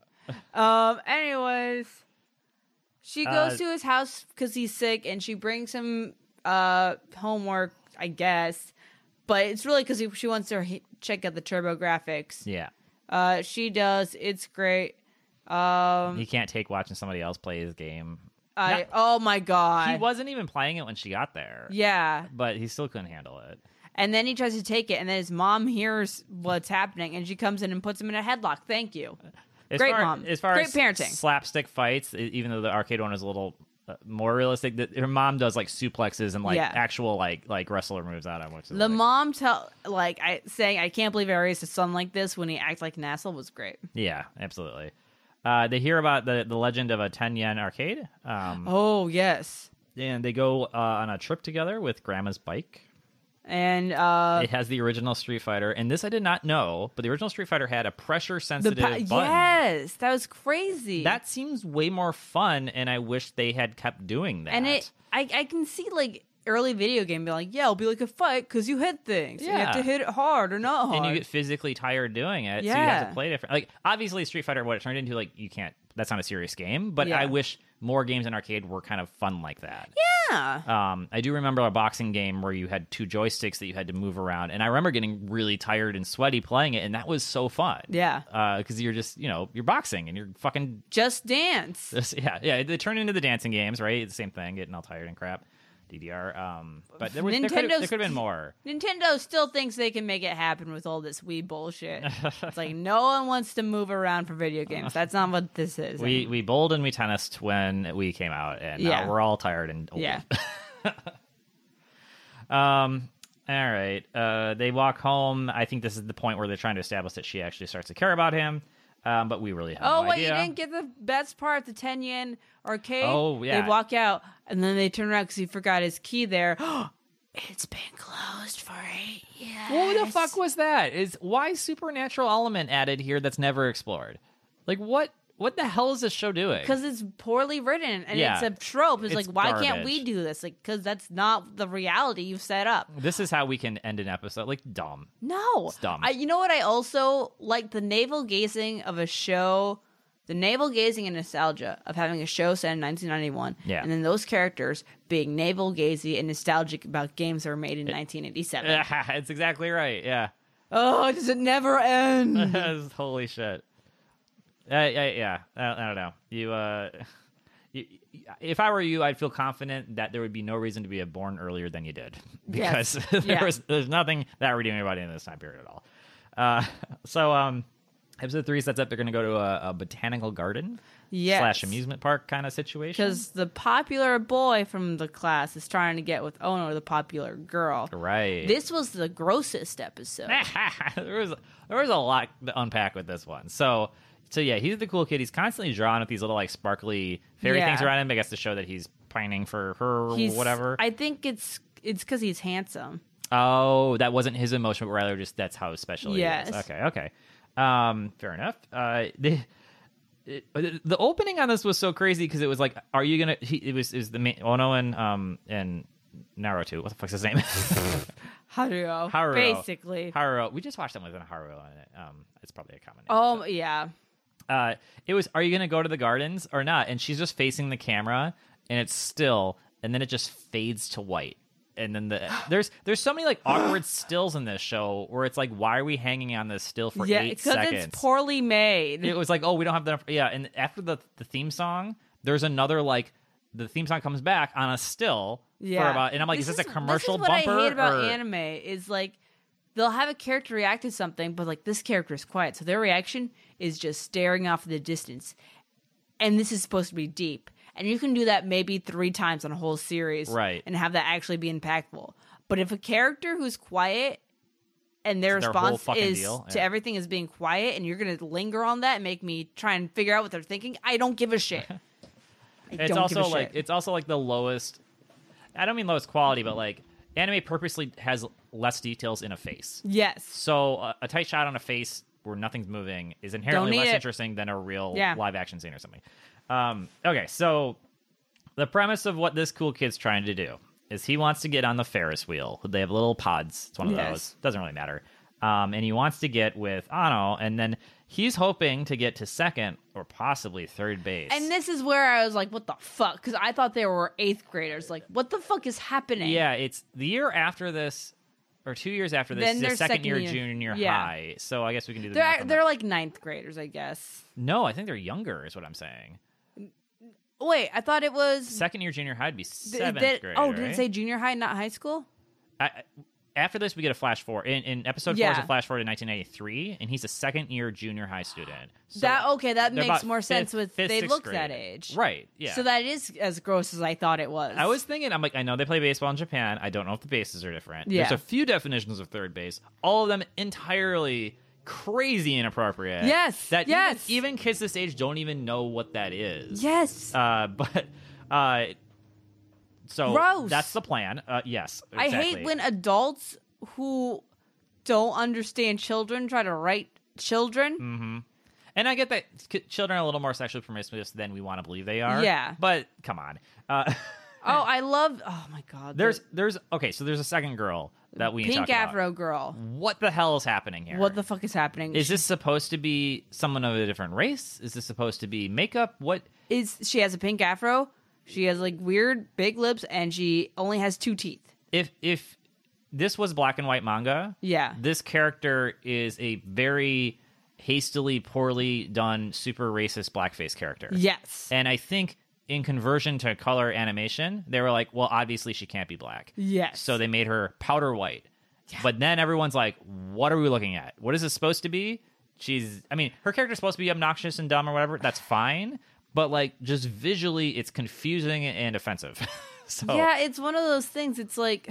Um. Anyways, she goes
Uh,
to his house because he's sick, and she brings him uh homework, I guess. But it's really because she wants to he- check out the Turbo Graphics.
Yeah.
Uh, she does. It's great. Um.
You can't take watching somebody else play his game.
I. Oh my god.
He wasn't even playing it when she got there.
yeah.
but he still couldn't handle it.
And then he tries to take it, and then his mom hears what's happening, and she comes in and puts him in a headlock. Thank you.
As
Great
far,
mom.
As far
Great
as
parenting.
slapstick fights, e- even though the arcade one is a little uh, more realistic, that her mom does like suplexes and like
Yeah.
actual like like wrestler moves out of which is
The
like,
mom tell like I saying I can't believe I raised a son like this when he acts like an asshole was great.
yeah, absolutely. Uh, they hear about the, the legend of a ten yen arcade, um,
Oh yes,
and they go uh, on a trip together with Grandma's bike.
and uh,
It has the original Street Fighter, and this I did not know, but the original Street Fighter had a pressure
the
sensitive
pa-
button.
yes, that was crazy.
That seems way more fun, and I wish they had kept doing that.
and it I I can see like early video game be like yeah it'll be like a fight because you hit things. and you have to
Yeah.
hit it hard or not hard.
and you get physically tired doing it. So you have
Yeah.
to play different. Like obviously, Street Fighter, what it turned into, like you can't. That's not a serious game. But
Yeah.
I wish more games in arcade were kind of fun like that.
yeah,
Um, I do remember a boxing game where you had two joysticks that you had to move around, and I remember getting really tired and sweaty playing it, and that was so fun.
Yeah.
because you're just you know you're boxing and you're fucking
just dance.
yeah yeah they turn into the dancing games right the same thing getting all tired and crap DDR um but there was there could
Nintendo's-
have been more
Nintendo still thinks they can make it happen with all this Wii bullshit. it's like no one wants to move around for video games. That's not what this is.
We we bowled and we tennised when we came out, and
Yeah.
now we're all tired and old.
yeah.
Um, All right. Uh, they walk home. I think this is the point where they're trying to establish that she actually starts to care about him. Um, but we really have
Oh,
no
wait,
idea.
you didn't get the best part the 10 yen arcade?
Oh, yeah.
They walk out and then they turn around because he forgot his key there. it's been closed for eight years.
What the fuck was that? Is why supernatural element added here that's never explored? Like what? What the hell is this show doing?
Because it's poorly written and
Yeah.
it's a trope. It's,
It's
like, why can't we
garbage.
do this? Like, because that's not the reality you've set up.
this is how we can end an episode. Like dumb.
No.
It's dumb.
I, you know what? I also like the navel gazing of a show, the navel gazing and nostalgia of having a show set in 1991.
Yeah.
And then those characters being navel gazy and nostalgic about games that were made in 1987.
it's exactly right. Yeah.
oh, does it never end?
Holy shit. Uh, yeah, yeah. I, I don't know. You. uh you, if I were you, I'd feel confident that there would be no reason to be born earlier than you did because
Yes.
there
Yeah.
was there's nothing that we're doing about it in this time period at all. Uh, so um, episode three sets up. They're going to go to a, a botanical garden
Yes.
slash amusement park kind of situation.
Because the popular boy from the class is trying to get with Ono, the popular girl.
right.
This was the grossest episode.
there was there was a lot to unpack with this one. So so yeah, he's the cool kid. He's constantly drawn with these little like sparkly fairy
Yeah.
things around him. I guess to show that he's pining for her or
He's-
whatever.
I think it's it's because he's handsome.
oh, that wasn't his emotion, but rather just that's how special he is.
Yes.
Okay, okay. Um, fair enough. Uh, the, it- the opening on this was so crazy because it was like, are you gonna? He, it was is the main Ono and um and Naruto. What the fuck's his name?
Haruo.
Haruo.
Basically.
Haruo. We just watched someone with an Haruo on it. Um, it's probably a common. name, so-
Oh, yeah.
uh, it was are you gonna go to the gardens or not and she's just facing the camera and it's still and then it just fades to white and then the there's there's so many like awkward stills in this show where it's like why are we hanging on this still for
yeah,
eight
because
seconds
it's poorly made.
it was like oh we don't have enough yeah and after the the theme song there's another like the theme song comes back on a still for
yeah,
about and i'm like is this a commercial
This is what
bumper
I hate about
or-
anime is like they'll have a character react to something, but like this character is quiet, so their reaction is just staring off in the distance. And this is supposed to be deep, and you can do that maybe three times on a whole series,
Right.
And have that actually be impactful. But if a character who's quiet and their
It's their whole
response
fucking
is
deal,
to
yeah.
everything is being quiet, and you're gonna linger on that and make me try and figure out what they're thinking, I don't give a shit. I
it's
don't
also
give a
like
shit.
it's also like the lowest i don't mean lowest quality but like anime purposely has less details in a face
yes,
so uh, a, a tight shot on a face where nothing's moving is
Don't
inherently
need it.
less interesting than a real
Yeah.
live action scene or something um, okay so the premise of what this cool kid's trying to do is he wants to get on the ferris wheel they have little pods it's one of
Yes.
those doesn't really matter um, and he wants to get with ano and then he's hoping to get to second or possibly third base
And this is where I was like, what the fuck? Because I thought they were eighth graders. Like, what the fuck is happening?
Yeah, it's the year after this, or two years after this,
Then
is
their
their second,
second
year,
year.
junior
Yeah.
high. So I guess we can do the math
They're,
on
they're
that.
like ninth graders, I guess.
no, I think they're younger. Is what I'm saying.
Wait, I thought it was.
Second year junior high would be
th-
seventh
that-
grade.
oh, did
right?
it say junior high, not high school?
I, I- after this, we get a flash forward. In, in episode four is
Yeah.
a flash forward in 1983, and he's a second year junior high student. So
that okay, that
they're
makes
about
more
fifth-
sense with
fifth,
they
sixth
looked
grade.
that age,
right? Yeah.
So that is as gross as I thought it was.
I was thinking, I'm like, I know they play baseball in Japan. I don't know if the bases are different.
Yeah.
There's a few definitions of third base, all of them entirely crazy inappropriate.
Yes,
That
yes.
Even, even kids this age don't even know what that is.
yes,
Uh, but uh, so
Gross.
that's the plan. Uh, yes.
I
exactly.
hate when adults who don't understand children try to write children.
Mm. And I get that k- children are a little more sexually promiscuous than we want to believe they are.
Yeah.
But come on. Uh,
Oh, I love. Oh my god,
there's
the
there's okay. So there's a second girl that we need to
pink
talk about. Mm.
afro girl.
What the hell is happening here?
What the fuck is happening?
Is this supposed to be someone of a different race? Is this supposed to be makeup? What?
is she has a pink afro. She has like weird big lips and she only has two teeth.
If if this was black and white manga,
Yeah.
this character is a very hastily, poorly done, super racist blackface character.
Yes.
And I think in conversion to color animation, they were like, well, obviously she can't be black.
Yes.
So they made her powder white. But then everyone's like, what are we looking at? What is this supposed to be? She's, I mean, her character's supposed to be obnoxious and dumb or whatever. That's fine. But like, just visually, it's confusing and offensive. so,
Yeah, it's one of those things. It's like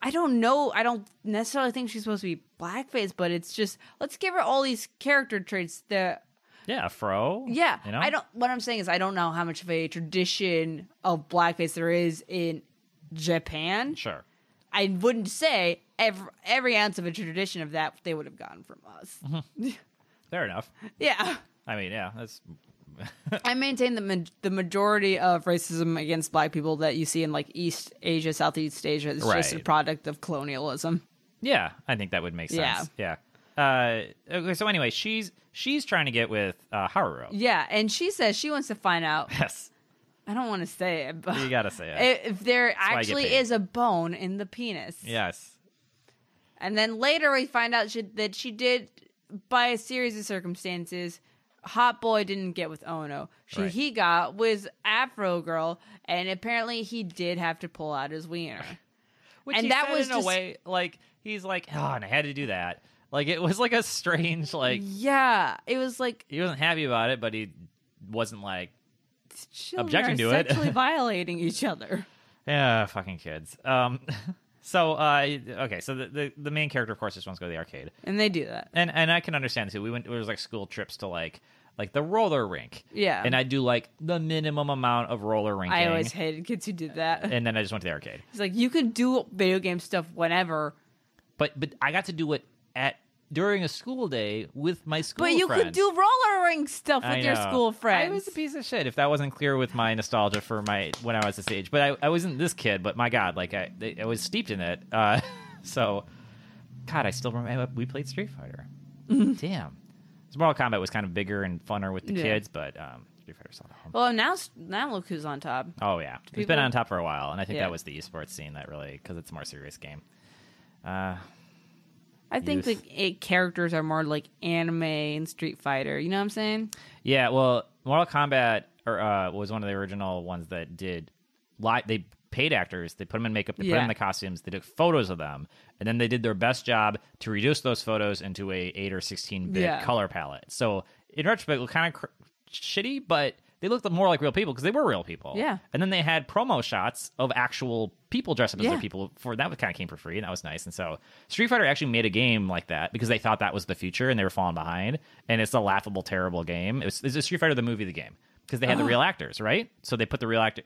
I don't know. I don't necessarily think she's supposed to be blackface, but it's just let's give her all these character traits that
Yeah, fro.
yeah,
You know?
I don't. What I'm saying is, I don't know how much of a tradition of blackface there is in Japan.
Sure.
I wouldn't say every every ounce of a tradition of that they would have gotten from us.
Mm-hmm. Fair enough.
Yeah,
I mean, yeah, that's
I maintain the ma- the majority of racism against black people that you see in like East Asia, Southeast Asia is just a
Right.
product of colonialism.
yeah. I think that would make sense. Yeah. Uh, okay, so anyway, she's she's trying to get with uh, Haruo.
Yeah, and she says she wants to find out.
Yes,
I don't want to say it, but
you gotta say it.
if if there
why I get
actually
paid.
is a bone in the penis.
yes,
And then later we find out she, that she did, by a series of circumstances, Hot Boy didn't get with Ono. She
Right.
he got was Afro Girl, and apparently he did have to pull out his wiener.
Which
And
he
that
said
was
in
just-
a way like he's like, oh, and I had to do that. Like it was like a strange like
yeah, it was like
he wasn't happy about it, but he wasn't like,
children
Objecting
are
to it.
sexually violating each other.
yeah, fucking kids. Um, so uh, okay, so the, the the main character, of course, just wants to go to the arcade,
And they do that.
and and I can understand too. We went it was like school trips to like like the roller rink,
Yeah.
and I do like the minimum amount of roller rinking.
I always hated kids who did that.
and then I just went to the arcade,
It's like you could do video game stuff whenever,
but but I got to do it at during a school day with my school.
but you could
friends.
do roller rink stuff with
I
your
know.
school friends.
I was a piece of shit if that wasn't clear with my nostalgia for my when I was this age. But I, I wasn't this kid. But my God, like I, they- I was steeped in it. Uh, so, God, I still remember we played Street Fighter. Damn, 'Cause Mortal Kombat was kind of bigger and funner with the
Mm-hmm. Yeah.
kids, but um, Street Fighter saw the home.
well, now now look who's on top.
Oh yeah, it's
people-
been on top for a while, and I think
Yeah.
that was the esports scene that really because it's a more serious game.
I think
youth.
like it, characters are more like anime and Street Fighter. You know what I'm saying?
Yeah, well, Mortal Kombat or, uh, was one of the original ones that did live. They paid actors, they put them in makeup, they put
Yeah.
them in the costumes, they took photos of them, and then they did their best job to reduce those photos into a eight or sixteen bit
Yeah.
color palette. So in retrospect, it looked kind of cr- shitty, but they looked more like real people because they were real people.
Yeah.
and then they had promo shots of actual people dressed up as
Yeah.
their people. For that kind of came for free, and that was nice. And so Street Fighter actually made a game like that because they thought that was the future, and they were falling behind. And it's a laughable, terrible game. It was, it's a Street Fighter the movie, the game, because they had the
Uh-huh.
real actors, right? So they put the real actor.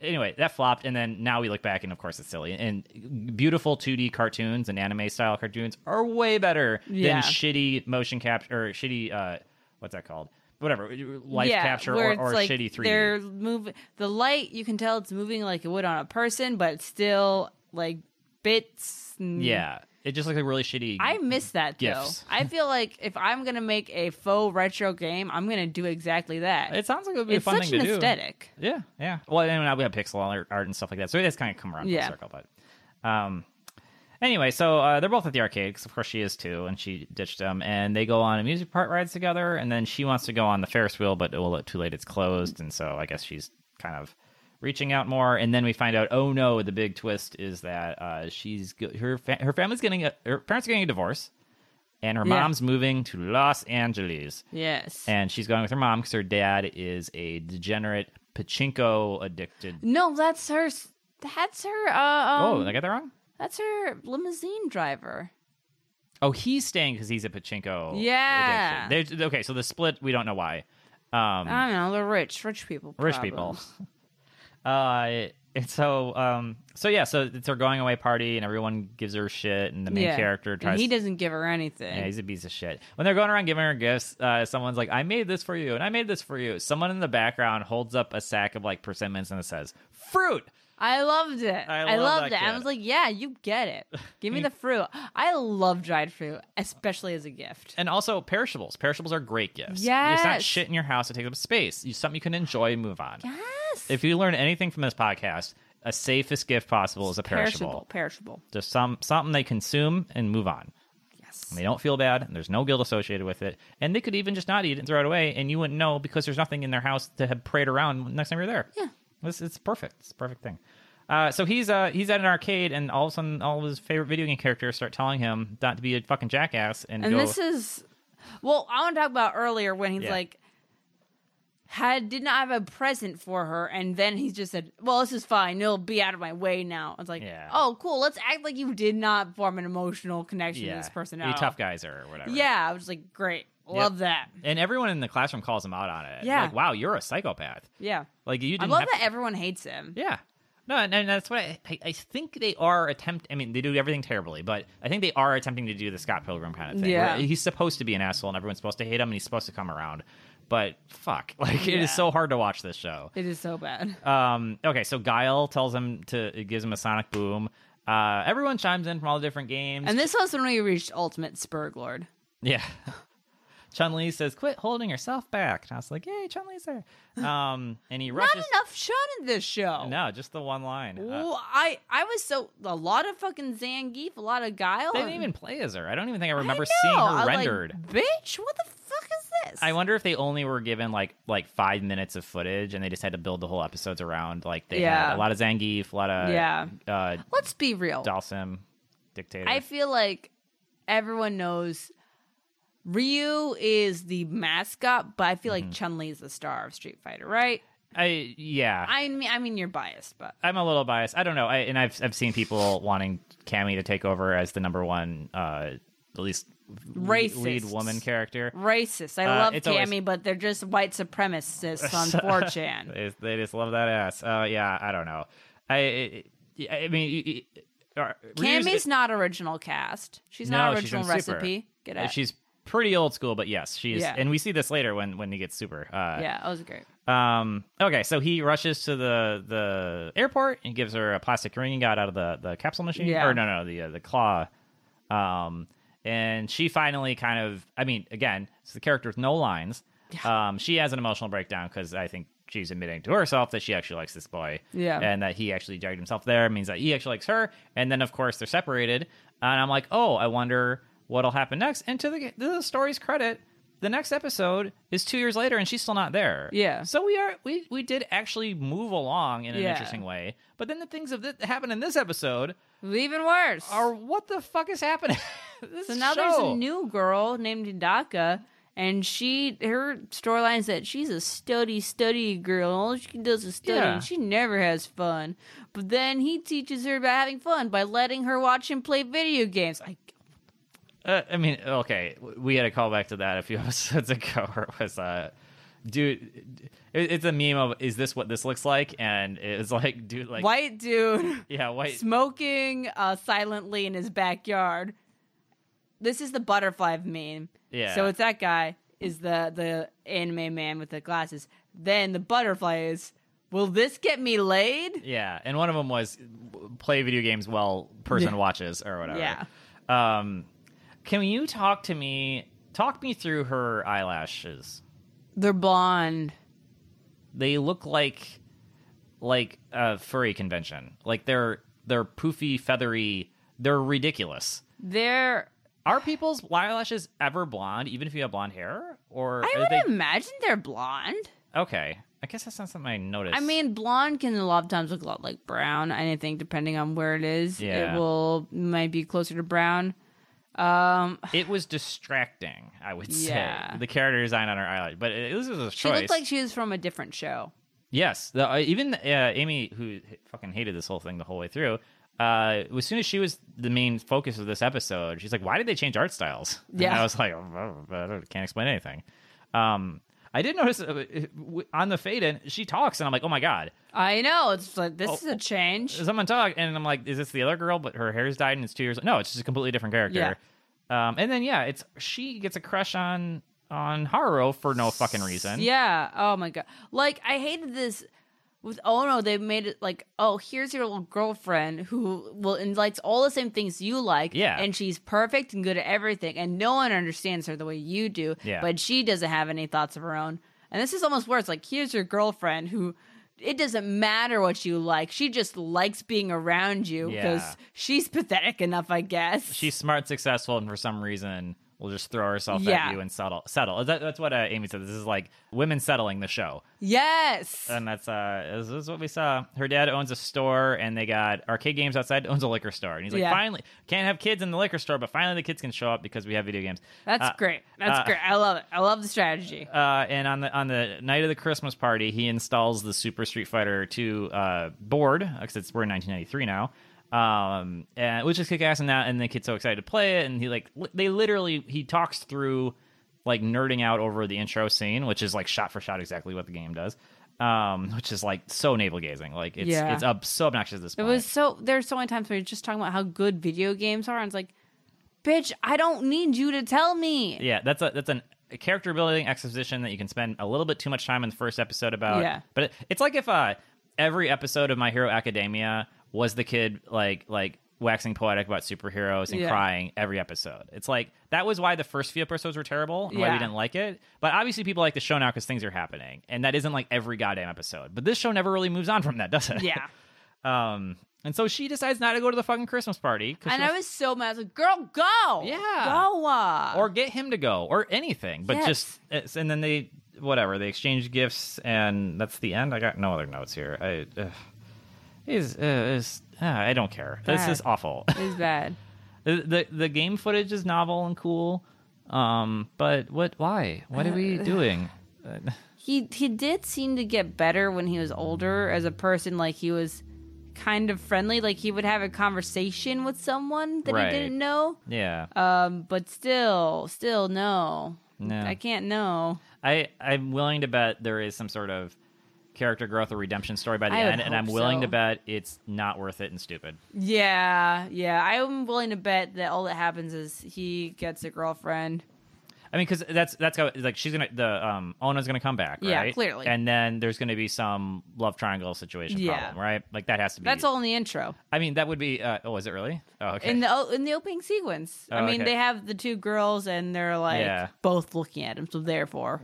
Anyway, that flopped, and then now we look back, and of course it's silly. And beautiful 2D cartoons and anime style cartoons are way better
Yeah.
than shitty motion capture or shitty uh, what's that called? Whatever life
yeah,
capture
where
or,
it's
or
like
shitty 3D.
They're moving the light. You can tell it's moving like it would on a person, but it's still like bits. And
Yeah, it just looks like really shitty.
Mm-hmm. I miss that though.
Gifs.
I feel like if I'm gonna make a faux retro game, I'm gonna do exactly that.
It sounds like it would be
it's
a fun
such
thing
an
to do.
aesthetic.
Yeah, yeah. Well, and now we have pixel art, art and stuff like that, so it has kind of come around
Yeah.
full circle. But um, anyway, so uh, they're both at the arcade because, of course, she is too, and she ditched him, and they go on amusement park rides together, and then she wants to go on the Ferris wheel, but oh, well, too late, it's closed, and so I guess she's kind of reaching out more, and then we find out, oh no, the big twist is that uh, she's go- her fa- her family's getting a, her parents are getting a divorce, and her
Yeah.
mom's moving to Los Angeles
Yes.
and she's going with her mom because her dad is a degenerate pachinko addicted.
no, that's her. s- That's her. Uh, um,
oh, did I get that wrong?
that's her limousine driver.
Oh, he's staying because he's a pachinko.
Yeah.
addiction. There's- okay, so the split we don't know why. Um,
I don't know. They're rich, rich people.
rich
problems.
people. Uh, and so, um, so yeah, so it's her going away party, and everyone gives her shit, and the main character
And
tries.
he doesn't give her anything.
yeah, he's a piece of shit. When they're going around giving her gifts, uh, someone's like, "I made this for you, and I made this for you." Someone in the background holds up a sack of like persimmons and it says, "Fruit."
I loved it. I,
I love
loved
that
it. I
kid.
was like, yeah, you get it. Give me the fruit. I love dried fruit, especially as a gift.
and also perishables. Perishables are great gifts. It's
Yes.
not shit in your house. It takes up space. You, something you can enjoy and move on.
Yes.
If you learn anything from this podcast, a safest gift possible is a perishable.
perishable. Perishable.
Just some something they consume and move on.
Yes.
And they don't feel bad, and there's no guilt associated with it. And they could even just not eat it and throw it away, and you wouldn't know because there's nothing in their house to have prayed around next time you're there.
Yeah.
It's, it's perfect. It's a perfect thing. Uh, so he's uh, he's at an arcade, and all of a sudden, all of his favorite video game characters start telling him not to be a fucking jackass and,
and
go.
this is, well, I want to talk about earlier when he's
Yeah.
like, had did not have a present for her, and then he just said, "Well, this is fine. It'll be out of my way now." I was like,
Yeah.
"Oh, cool. Let's act like you did not form an emotional connection
yeah,
to this person."
be
at all."
tough guys or whatever.
Yeah, I was like, "Great, love that."
and everyone in the classroom calls him out on it.
Yeah.
like wow, you're a psychopath.
Yeah,
Like you
I
didn't
love
have
that
to-
everyone hates him.
Yeah. No, and, and that's what I, I, I think they are attempt. I mean, they do everything terribly, but I think they are attempting to do the Scott Pilgrim kind of thing.
Yeah.
where he's supposed to be an asshole, and everyone's supposed to hate him, and he's supposed to come around. But fuck, like it
Yeah.
is so hard to watch this show.
It is so bad.
Um, okay, so Guile tells him to it gives him a sonic boom. Uh, everyone chimes in from all the different games.
And this was when we reached Ultimate Spurglord.
Yeah. Chun Li says, "Quit holding yourself back," and I was like, "Yay, Chun Li's there!" Um, and he
Not
rushes.
enough Sean in this show.
No, just the one line. Uh,
Ooh, I I was so a lot of fucking Zangief, a lot of Guile.
they didn't
and-
even play as her. I don't even think I
I
remember
know.
seeing her
I was like,
rendered.
Bitch, what the fuck is this?
I wonder if they only were given like like five minutes of footage, and they just had to build the whole episodes around. Like they
Yeah.
had a lot of Zangief, a lot of
Yeah.
uh,
Let's be real.
Dalsim, dictator.
I feel like everyone knows Ryu is the mascot, but I feel
Mm-hmm.
like Chun Li is the star of Street Fighter, right?
I yeah.
I mean, I mean, you're biased, but
I'm a little biased. I don't know. I, and I've I've seen people wanting Cammy to take over as the number one, uh, at least lead, lead
Racists.
woman character.
racist. I
Uh,
love
it's
Cammy,
always-
but they're just white supremacists on 4chan.
They, they just love that ass. Uh, yeah, I don't know. I I, I mean, uh, y- y- are- Ryu's-
Cammy's not original cast. She's
No,
not
she's from
original
Super.
recipe. Get
uh,
out.
she's pretty old school, but yes, she is.
Yeah.
And we see this later when when he gets super. Uh,
yeah, that was great.
Um. Okay, so he rushes to the the airport and gives her a plastic ring he got out of the the capsule machine.
Yeah.
Or no, no, the uh, the claw. Um, and she finally kind of. I mean, again, it's the character with no lines. Um, she has an emotional breakdown because I think she's admitting to herself that she actually likes this boy.
Yeah.
And that he actually dragged himself there means that he actually likes her. And then of course they're separated. And I'm like, oh, I wonder what'll happen next. And to the to the story's credit. The next episode is two years later, and she's still not there.
Yeah.
So we are we we did actually move along in an
Yeah.
interesting way. But then the things of that happened in this episode
Even worse.
are what the fuck is happening? this
so now there's a new girl named Hidaka, and she her storyline is that she's a study study girl. All she does is study.
Yeah.
and She never has fun. But then he teaches her about having fun by letting her watch him play video games. I
Uh, I mean, okay, w- we had a callback to that a few episodes ago. Where it was uh, dude, it, it's a meme of is this what this looks like? And it's like, dude, like
white dude
yeah, white.
smoking uh, silently in his backyard. This is the butterfly meme.
Yeah.
So it's that guy is the the anime man with the glasses. Then the butterfly is. Will this get me laid?
Yeah, and one of them was play video games while
Yeah.
person watches or whatever.
Yeah.
Um, can you talk to me? Talk me through her eyelashes.
They're blonde.
They look like like a furry convention. Like they're they're poofy, feathery. They're ridiculous.
They're.
Are people's eyelashes ever blonde, even if you have blonde hair? Or
I
are
would
they
imagine they're blonde.
okay? I guess that's not something I noticed.
I mean, blonde can a lot of times look a lot like brown. I think depending on where it is,
Yeah.
it will might be closer to brown.
it was distracting. I would say
Yeah.
the character design on her eyelash, but it, this was a
She
choice.
looked like she was from a different show.
Yes, the, uh, even uh, Amy, who h- fucking hated this whole thing the whole way through, uh, as soon as she was the main focus of this episode, she's like, "Why did they change art styles?" and
Yeah.
I was like, "Oh, I don't- "Can't explain anything." Um, I did notice uh, uh, w- on the fade in, she talks, and I'm like, "Oh my god!"
I know. It's like
Oh.
this is a change.
Someone talk, and I'm like, "Is this the other girl?" But her hair's dyed, and it's two years. No, it's just a completely different character. Um, and then yeah, it's she gets a crush on on Haro for no fucking reason.
Yeah. Oh my god. Like I hated this with Ono. They made it like, oh, here's your little girlfriend who will and likes all the same things you like.
Yeah.
And she's perfect and good at everything, and no one understands her the way you do.
Yeah.
But she doesn't have any thoughts of her own. And this is almost worse. Like here's your girlfriend who. It doesn't matter what you like. She just likes being around you because
Yeah.
she's pathetic enough, I guess.
she's smart, successful, and for some reason We'll just throw ourselves
Yeah.
at you and settle. Settle. That, that's what uh, Amy said. This is like women settling the show,
Yes.
and that's uh, this is what we saw. Her dad owns a store, and they got arcade games outside. Owns a liquor store, and he's like,
Yeah.
finally, can't have kids in the liquor store, but finally the kids can show up because we have video games.
That's
Uh,
great. That's
uh,
great. I love it. I love the strategy.
uh, and on the on the night of the Christmas party, he installs the Super Street Fighter Two uh, board because it's we're in 1993 now, um, and, which is kick ass and that. And the kid's so excited to play it, and he like li- they literally he talks through like nerding out over the intro scene, which is like shot for shot exactly what the game does, um, which is like so navel gazing. Like it's
Yeah.
it's ob- so obnoxious at this
It
point.
was so there's so many times where you're just talking about how good video games are, and it's like, bitch, I don't need you to tell me.
yeah, that's a that's an a character building exposition that you can spend a little bit too much time in the first episode about.
Yeah.
But it, it's like if uh every episode of My Hero Academia was the kid like like waxing poetic about superheroes and
Yeah.
crying every episode. It's like that was why the first few episodes were terrible and why we
Yeah.
didn't like it. But obviously people like the show now because things are happening. And that isn't like every goddamn episode. But this show never really moves on from that, does it?
Yeah.
um and so she decides not to go to the fucking Christmas party. 'cause
And
she
I was so mad. I was like, girl, go.
Yeah.
Go. Uh.
or get him to go or anything but
Yes.
just it's- and then they whatever they exchange gifts and that's the end i got no other notes here i ugh. is uh, is uh, i don't care this
Bad.
is awful
it was bad.
the, the the game footage is novel and cool um but what why what are
Uh,
we doing Uh,
He he did seem to get better when he was older as a person. Like he was kind of friendly. Like he would have a conversation with someone that
Right.
he didn't know.
yeah
Um, but still, still no.
No.
I can't know.
I I'm willing to bet there is some sort of character growth or redemption story by the
I would
end and
hope
i'm willing to
so.
bet it's not worth it and stupid
Yeah, yeah. I'm willing to bet that all that happens is he gets a girlfriend.
I mean, because that's that's how like she's gonna the um Ona's gonna come back,
Yeah,
right?
clearly.
And then there's gonna be some love triangle situation
Yeah.
problem, right? Like that has to be.
That's all in the intro.
I mean, that would be. Uh, oh, is it really? Oh, okay.
In the o- in the opening sequence, I
Oh,
mean,
okay.
they have the two girls and they're like
Yeah.
both looking at him. So therefore,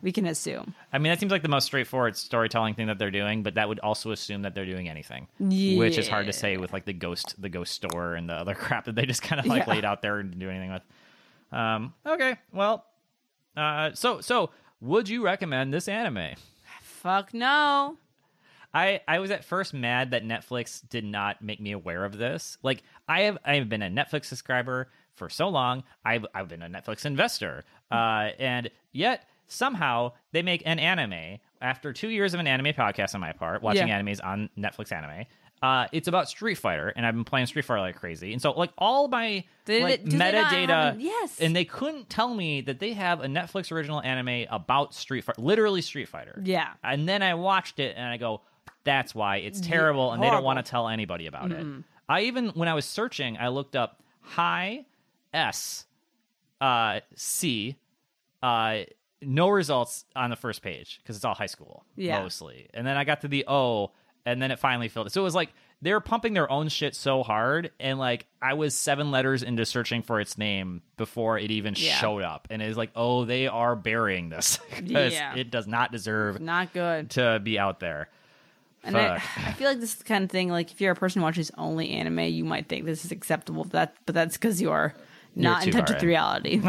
we can assume.
I mean, that seems like the most straightforward storytelling thing that they're doing, but that would also assume that they're doing anything, which is hard to say with like the ghost, the ghost store, and the other crap that they just kind of like
Yeah.
laid out there and do anything with. Um. Okay. Well. Uh. So so would you recommend this anime?
Fuck no.
I, I was at first mad that Netflix did not make me aware of this. Like I have I have been a Netflix subscriber for so long. I've I've been a Netflix investor, uh, and yet somehow they make an anime after two years of an anime podcast on my part, watching
Yeah.
animes on Netflix anime. Uh, it's about Street Fighter, and I've been playing Street Fighter like crazy, and so like all my
Did
like,
it- do they not have
metadata,
an- yes.
and they couldn't tell me that they have a Netflix original anime about Street Fighter, literally Street Fighter.
Yeah.
And then I watched it and I go, that's why it's terrible and they don't
horrible. Mm-hmm.
want to tell anybody about it. I even, when I was searching, I looked up high S uh, C, uh, no results on the first page because it's all high school
Yeah.
mostly. And then I got to the O and then it finally filled. So it was like they were pumping their own shit so hard. And like I was seven letters into searching for its name before it even
Yeah.
showed up. And it was like, oh, they are burying this 'cause
Yeah.
it does not deserve
Not good.
to be out there.
And I,
Fuck.
I feel like this is the kind of thing, like, if you're a person who watches only anime, you might think this is acceptable, but, that, but that's because you are not
too
in touch
far
with
in.
reality.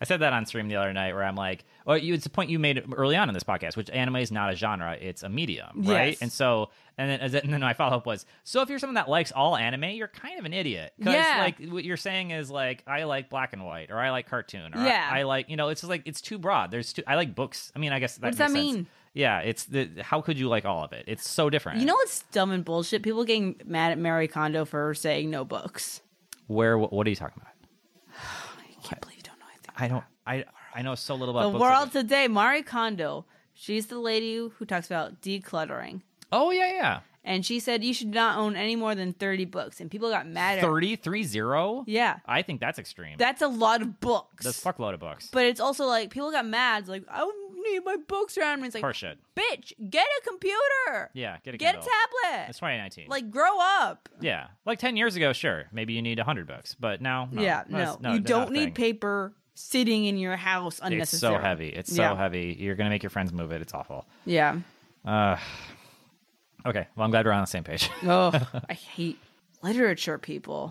I said that on stream the other night where I'm like, oh, you, it's a point you made early on in this podcast, which anime is not a genre, it's a medium, right?
Yes.
And so, and then, as- and then my follow up was, so if you're someone that likes all anime, you're kind of an idiot. Because,
Yeah.
like, what you're saying is, like, I like black and white, or I like cartoon, or
Yeah.
I, I like, you know, it's just like, it's too broad. There's too, I like books. I mean, I guess that
does that
makes sense.
mean?
Yeah, it's the, how could you like all of it? It's so different.
you know what's dumb and bullshit? People getting mad at Mary Kondo for saying no books.
where, what, what are you talking about?
I can't believe you don't know anything.
I don't, I, I know so little about
the
books.
world today, Mari Kondo, she's the lady who talks about decluttering.
Oh, yeah, yeah.
And she said you should not own any more than 30 books. And people got mad at her.
33 0?
Yeah.
I think that's extreme.
That's a lot of books.
That's a fuckload of books.
but it's also like people got mad. It's like, I don't need my books around me. It's like,
Horseshit.
bitch, get a computer.
Yeah, get a
Get a
Kindle.
tablet.
It's 2019.
Like, grow up.
yeah, like 10 years ago, sure, maybe you need 100 books, but now, no.
yeah,
no,
no.
it's- no,
you
they're not
don't
a
need
thing.
paper sitting in your house
It's
unnecessarily.
so heavy. It's so
Yeah.
heavy. You're gonna make your friends move it. It's awful.
Yeah.
Okay, well, I'm glad we're on the same page.
Oh, I hate literature people.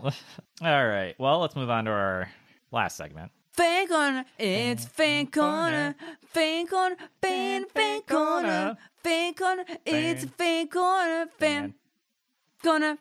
All right, well, let's move on to our last segment.
Fan corner, it's fan corner, fan corner, fan, fan corner, fan corner, it's a fan corner, fan corner.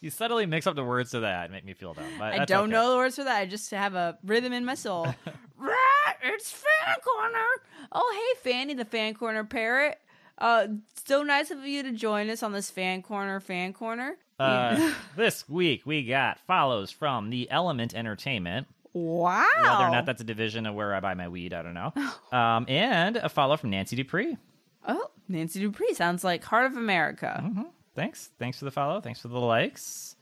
You subtly mix up the words to that and make me feel dumb. But
I
that's
don't
okay.
know the words for that. I just have a rhythm in my soul. Right, it's fan corner. Oh, hey, Fanny, the fan corner parrot. Uh, so nice of you to join us on this fan corner, fan corner.
Uh, this week we got follows from the Element Entertainment.
Wow.
Whether or
Oh.
not that's a division of where I buy my weed, I don't know. Um, and a follow from Nancy Dupree.
oh, Nancy Dupree sounds like Heart of America.
Thanks. Thanks for the follow. Thanks for the likes.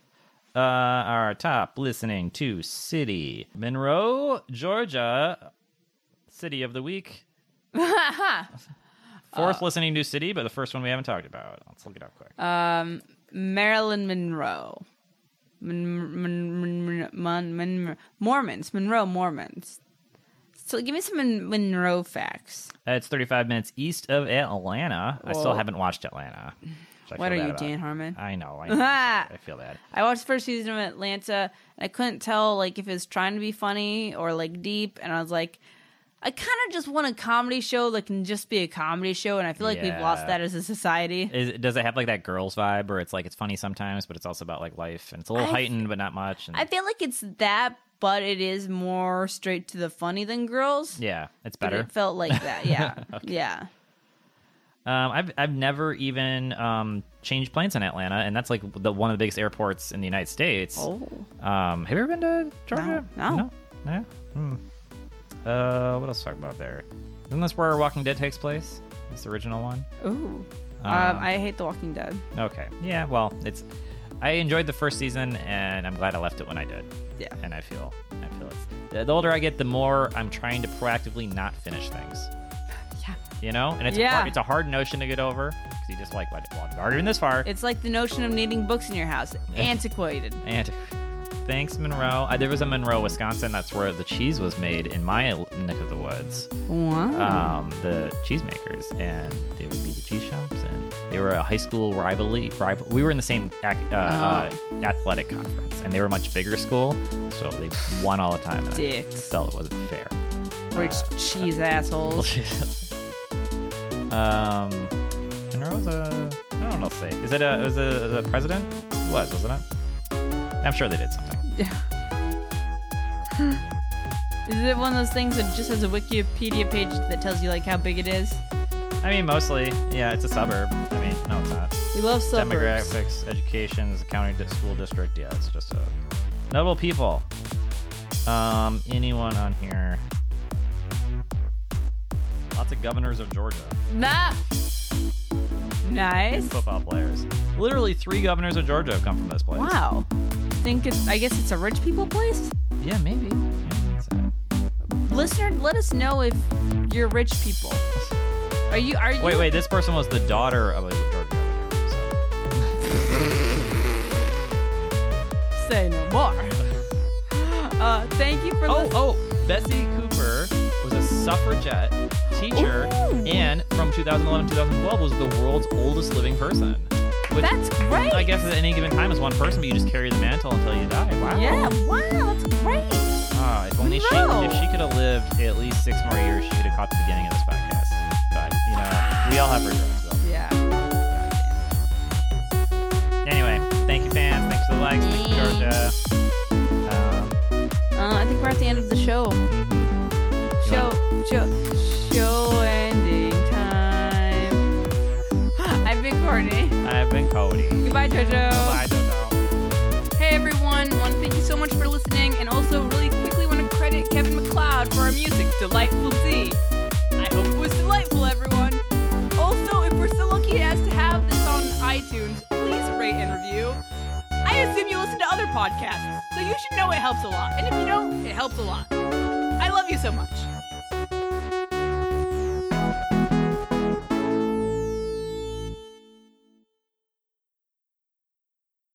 Uh, our top listening to city Monroe, Georgia, city of the week.
Uh,
Fourth listening to city, but the first one we haven't talked about. Let's look it up quick.
Marilyn Monroe. Mon- mon- mon- mon- mon- Mormons, Monroe Mormons. So give me some Mon- Monroe facts.
Uh, it's 35 minutes east of Atlanta. I still
Whoa.
haven't watched Atlanta. which I
What
feel
are
bad
you,
about.
Dan Harmon?
I know. I, know I feel that.
I watched the first season of Atlanta, and I couldn't tell like if it was trying to be funny or like deep, and I was like, I kind of just want a comedy show that can just be a comedy show, and I feel like we've lost
Yeah.
that as a society.
Is, does it have like that girls vibe where it's like it's funny sometimes, but it's also about like life and it's a little
I-
heightened, but not much. And
I feel like it's that, but it is more straight to the funny than girls.
yeah, it's
But
better.
It felt like that. Yeah. Yeah.
Um, I've I've never even um, changed planes in Atlanta, and that's like the one of the biggest airports in the United States.
Oh.
Um, have you ever been to Georgia?
No, no.
No? No? Hmm. Uh, what else to talk about there? Isn't this where Walking Dead takes place? This original one.
Ooh. Um,
Um,
I hate The Walking Dead.
Okay. Yeah. Well, it's. I enjoyed the first season, and I'm glad I left it when I did.
Yeah.
And I feel, I feel it's. The the older I get, the more I'm trying to proactively not finish things.
Yeah.
You know, and it's a
Yeah.
hard, it's a hard notion to get over because you just like, well, I've already been this far.
It's like the notion of needing books in your house. Antiquated.
And thanks, Monroe. Uh, there was a Monroe, Wisconsin. That's where the cheese was made in my neck of the woods.
Wow.
Um, the cheesemakers, and they would be the cheese shops, and they were a high school rivalry. Rival. We were in the same ac- uh, uh, athletic conference, and they were a much bigger school, so they won all the time. And I
Dicks.
felt it wasn't fair.
Rich cheese assholes.
um, Monroe's a. I don't know. What to say. Is it a? Was it a, the president? It was wasn't it? I'm sure they did something.
Is it one of those things that just has a Wikipedia page that tells you like how big it is?
I mean, mostly. Yeah, it's a suburb. I mean, no, it's not.
We love suburbs.
Demographics, education, it's a county di- school district. Yeah, it's just a notable people. Um, anyone on here? Lots of governors of Georgia,
Nah. Nice.
football players. Literally three governors of Georgia have come from this place.
Wow. Think it's I guess it's a rich people place?
Yeah, maybe. Yeah, it's, uh,
Listener, let us know if you're rich people. Are you are you
Wait, wait. This person was the daughter of a Georgia governor. So.
say no more? Uh, thank you for
Oh,
listening.
oh. Bessie Cooper was a suffragette teacher,
Ooh.
and from 2011 to 2012 was the world's oldest living person. Which
That's great.
I guess at any given time is one person, but you just carry the mantle until you die. Wow.
Yeah, Oh, wow, that's great.
Ah, if only she,
Monroe.
if she could have lived at least six more years, she could have caught the beginning of this podcast. But you know, we all have regrets. So.
Yeah.
Anyway, thank you, fans. Thanks for the likes, thanks, Georgia. Um,
Uh, I think we're at the end of the show. Show, show, show ending time. I've been Courtney.
I've been Cody.
Goodbye, JoJo.
Bye, Jojo.
Hey everyone, want to thank you so much for listening, and also really quickly want to credit Kevin McLeod for our music, Delightful Z. I hope it was delightful, everyone. Also, if we're so lucky as to have this on iTunes, please rate and review. I assume you listen to other podcasts, so you should know it helps a lot, and if you don't, it helps a lot. I love you so much.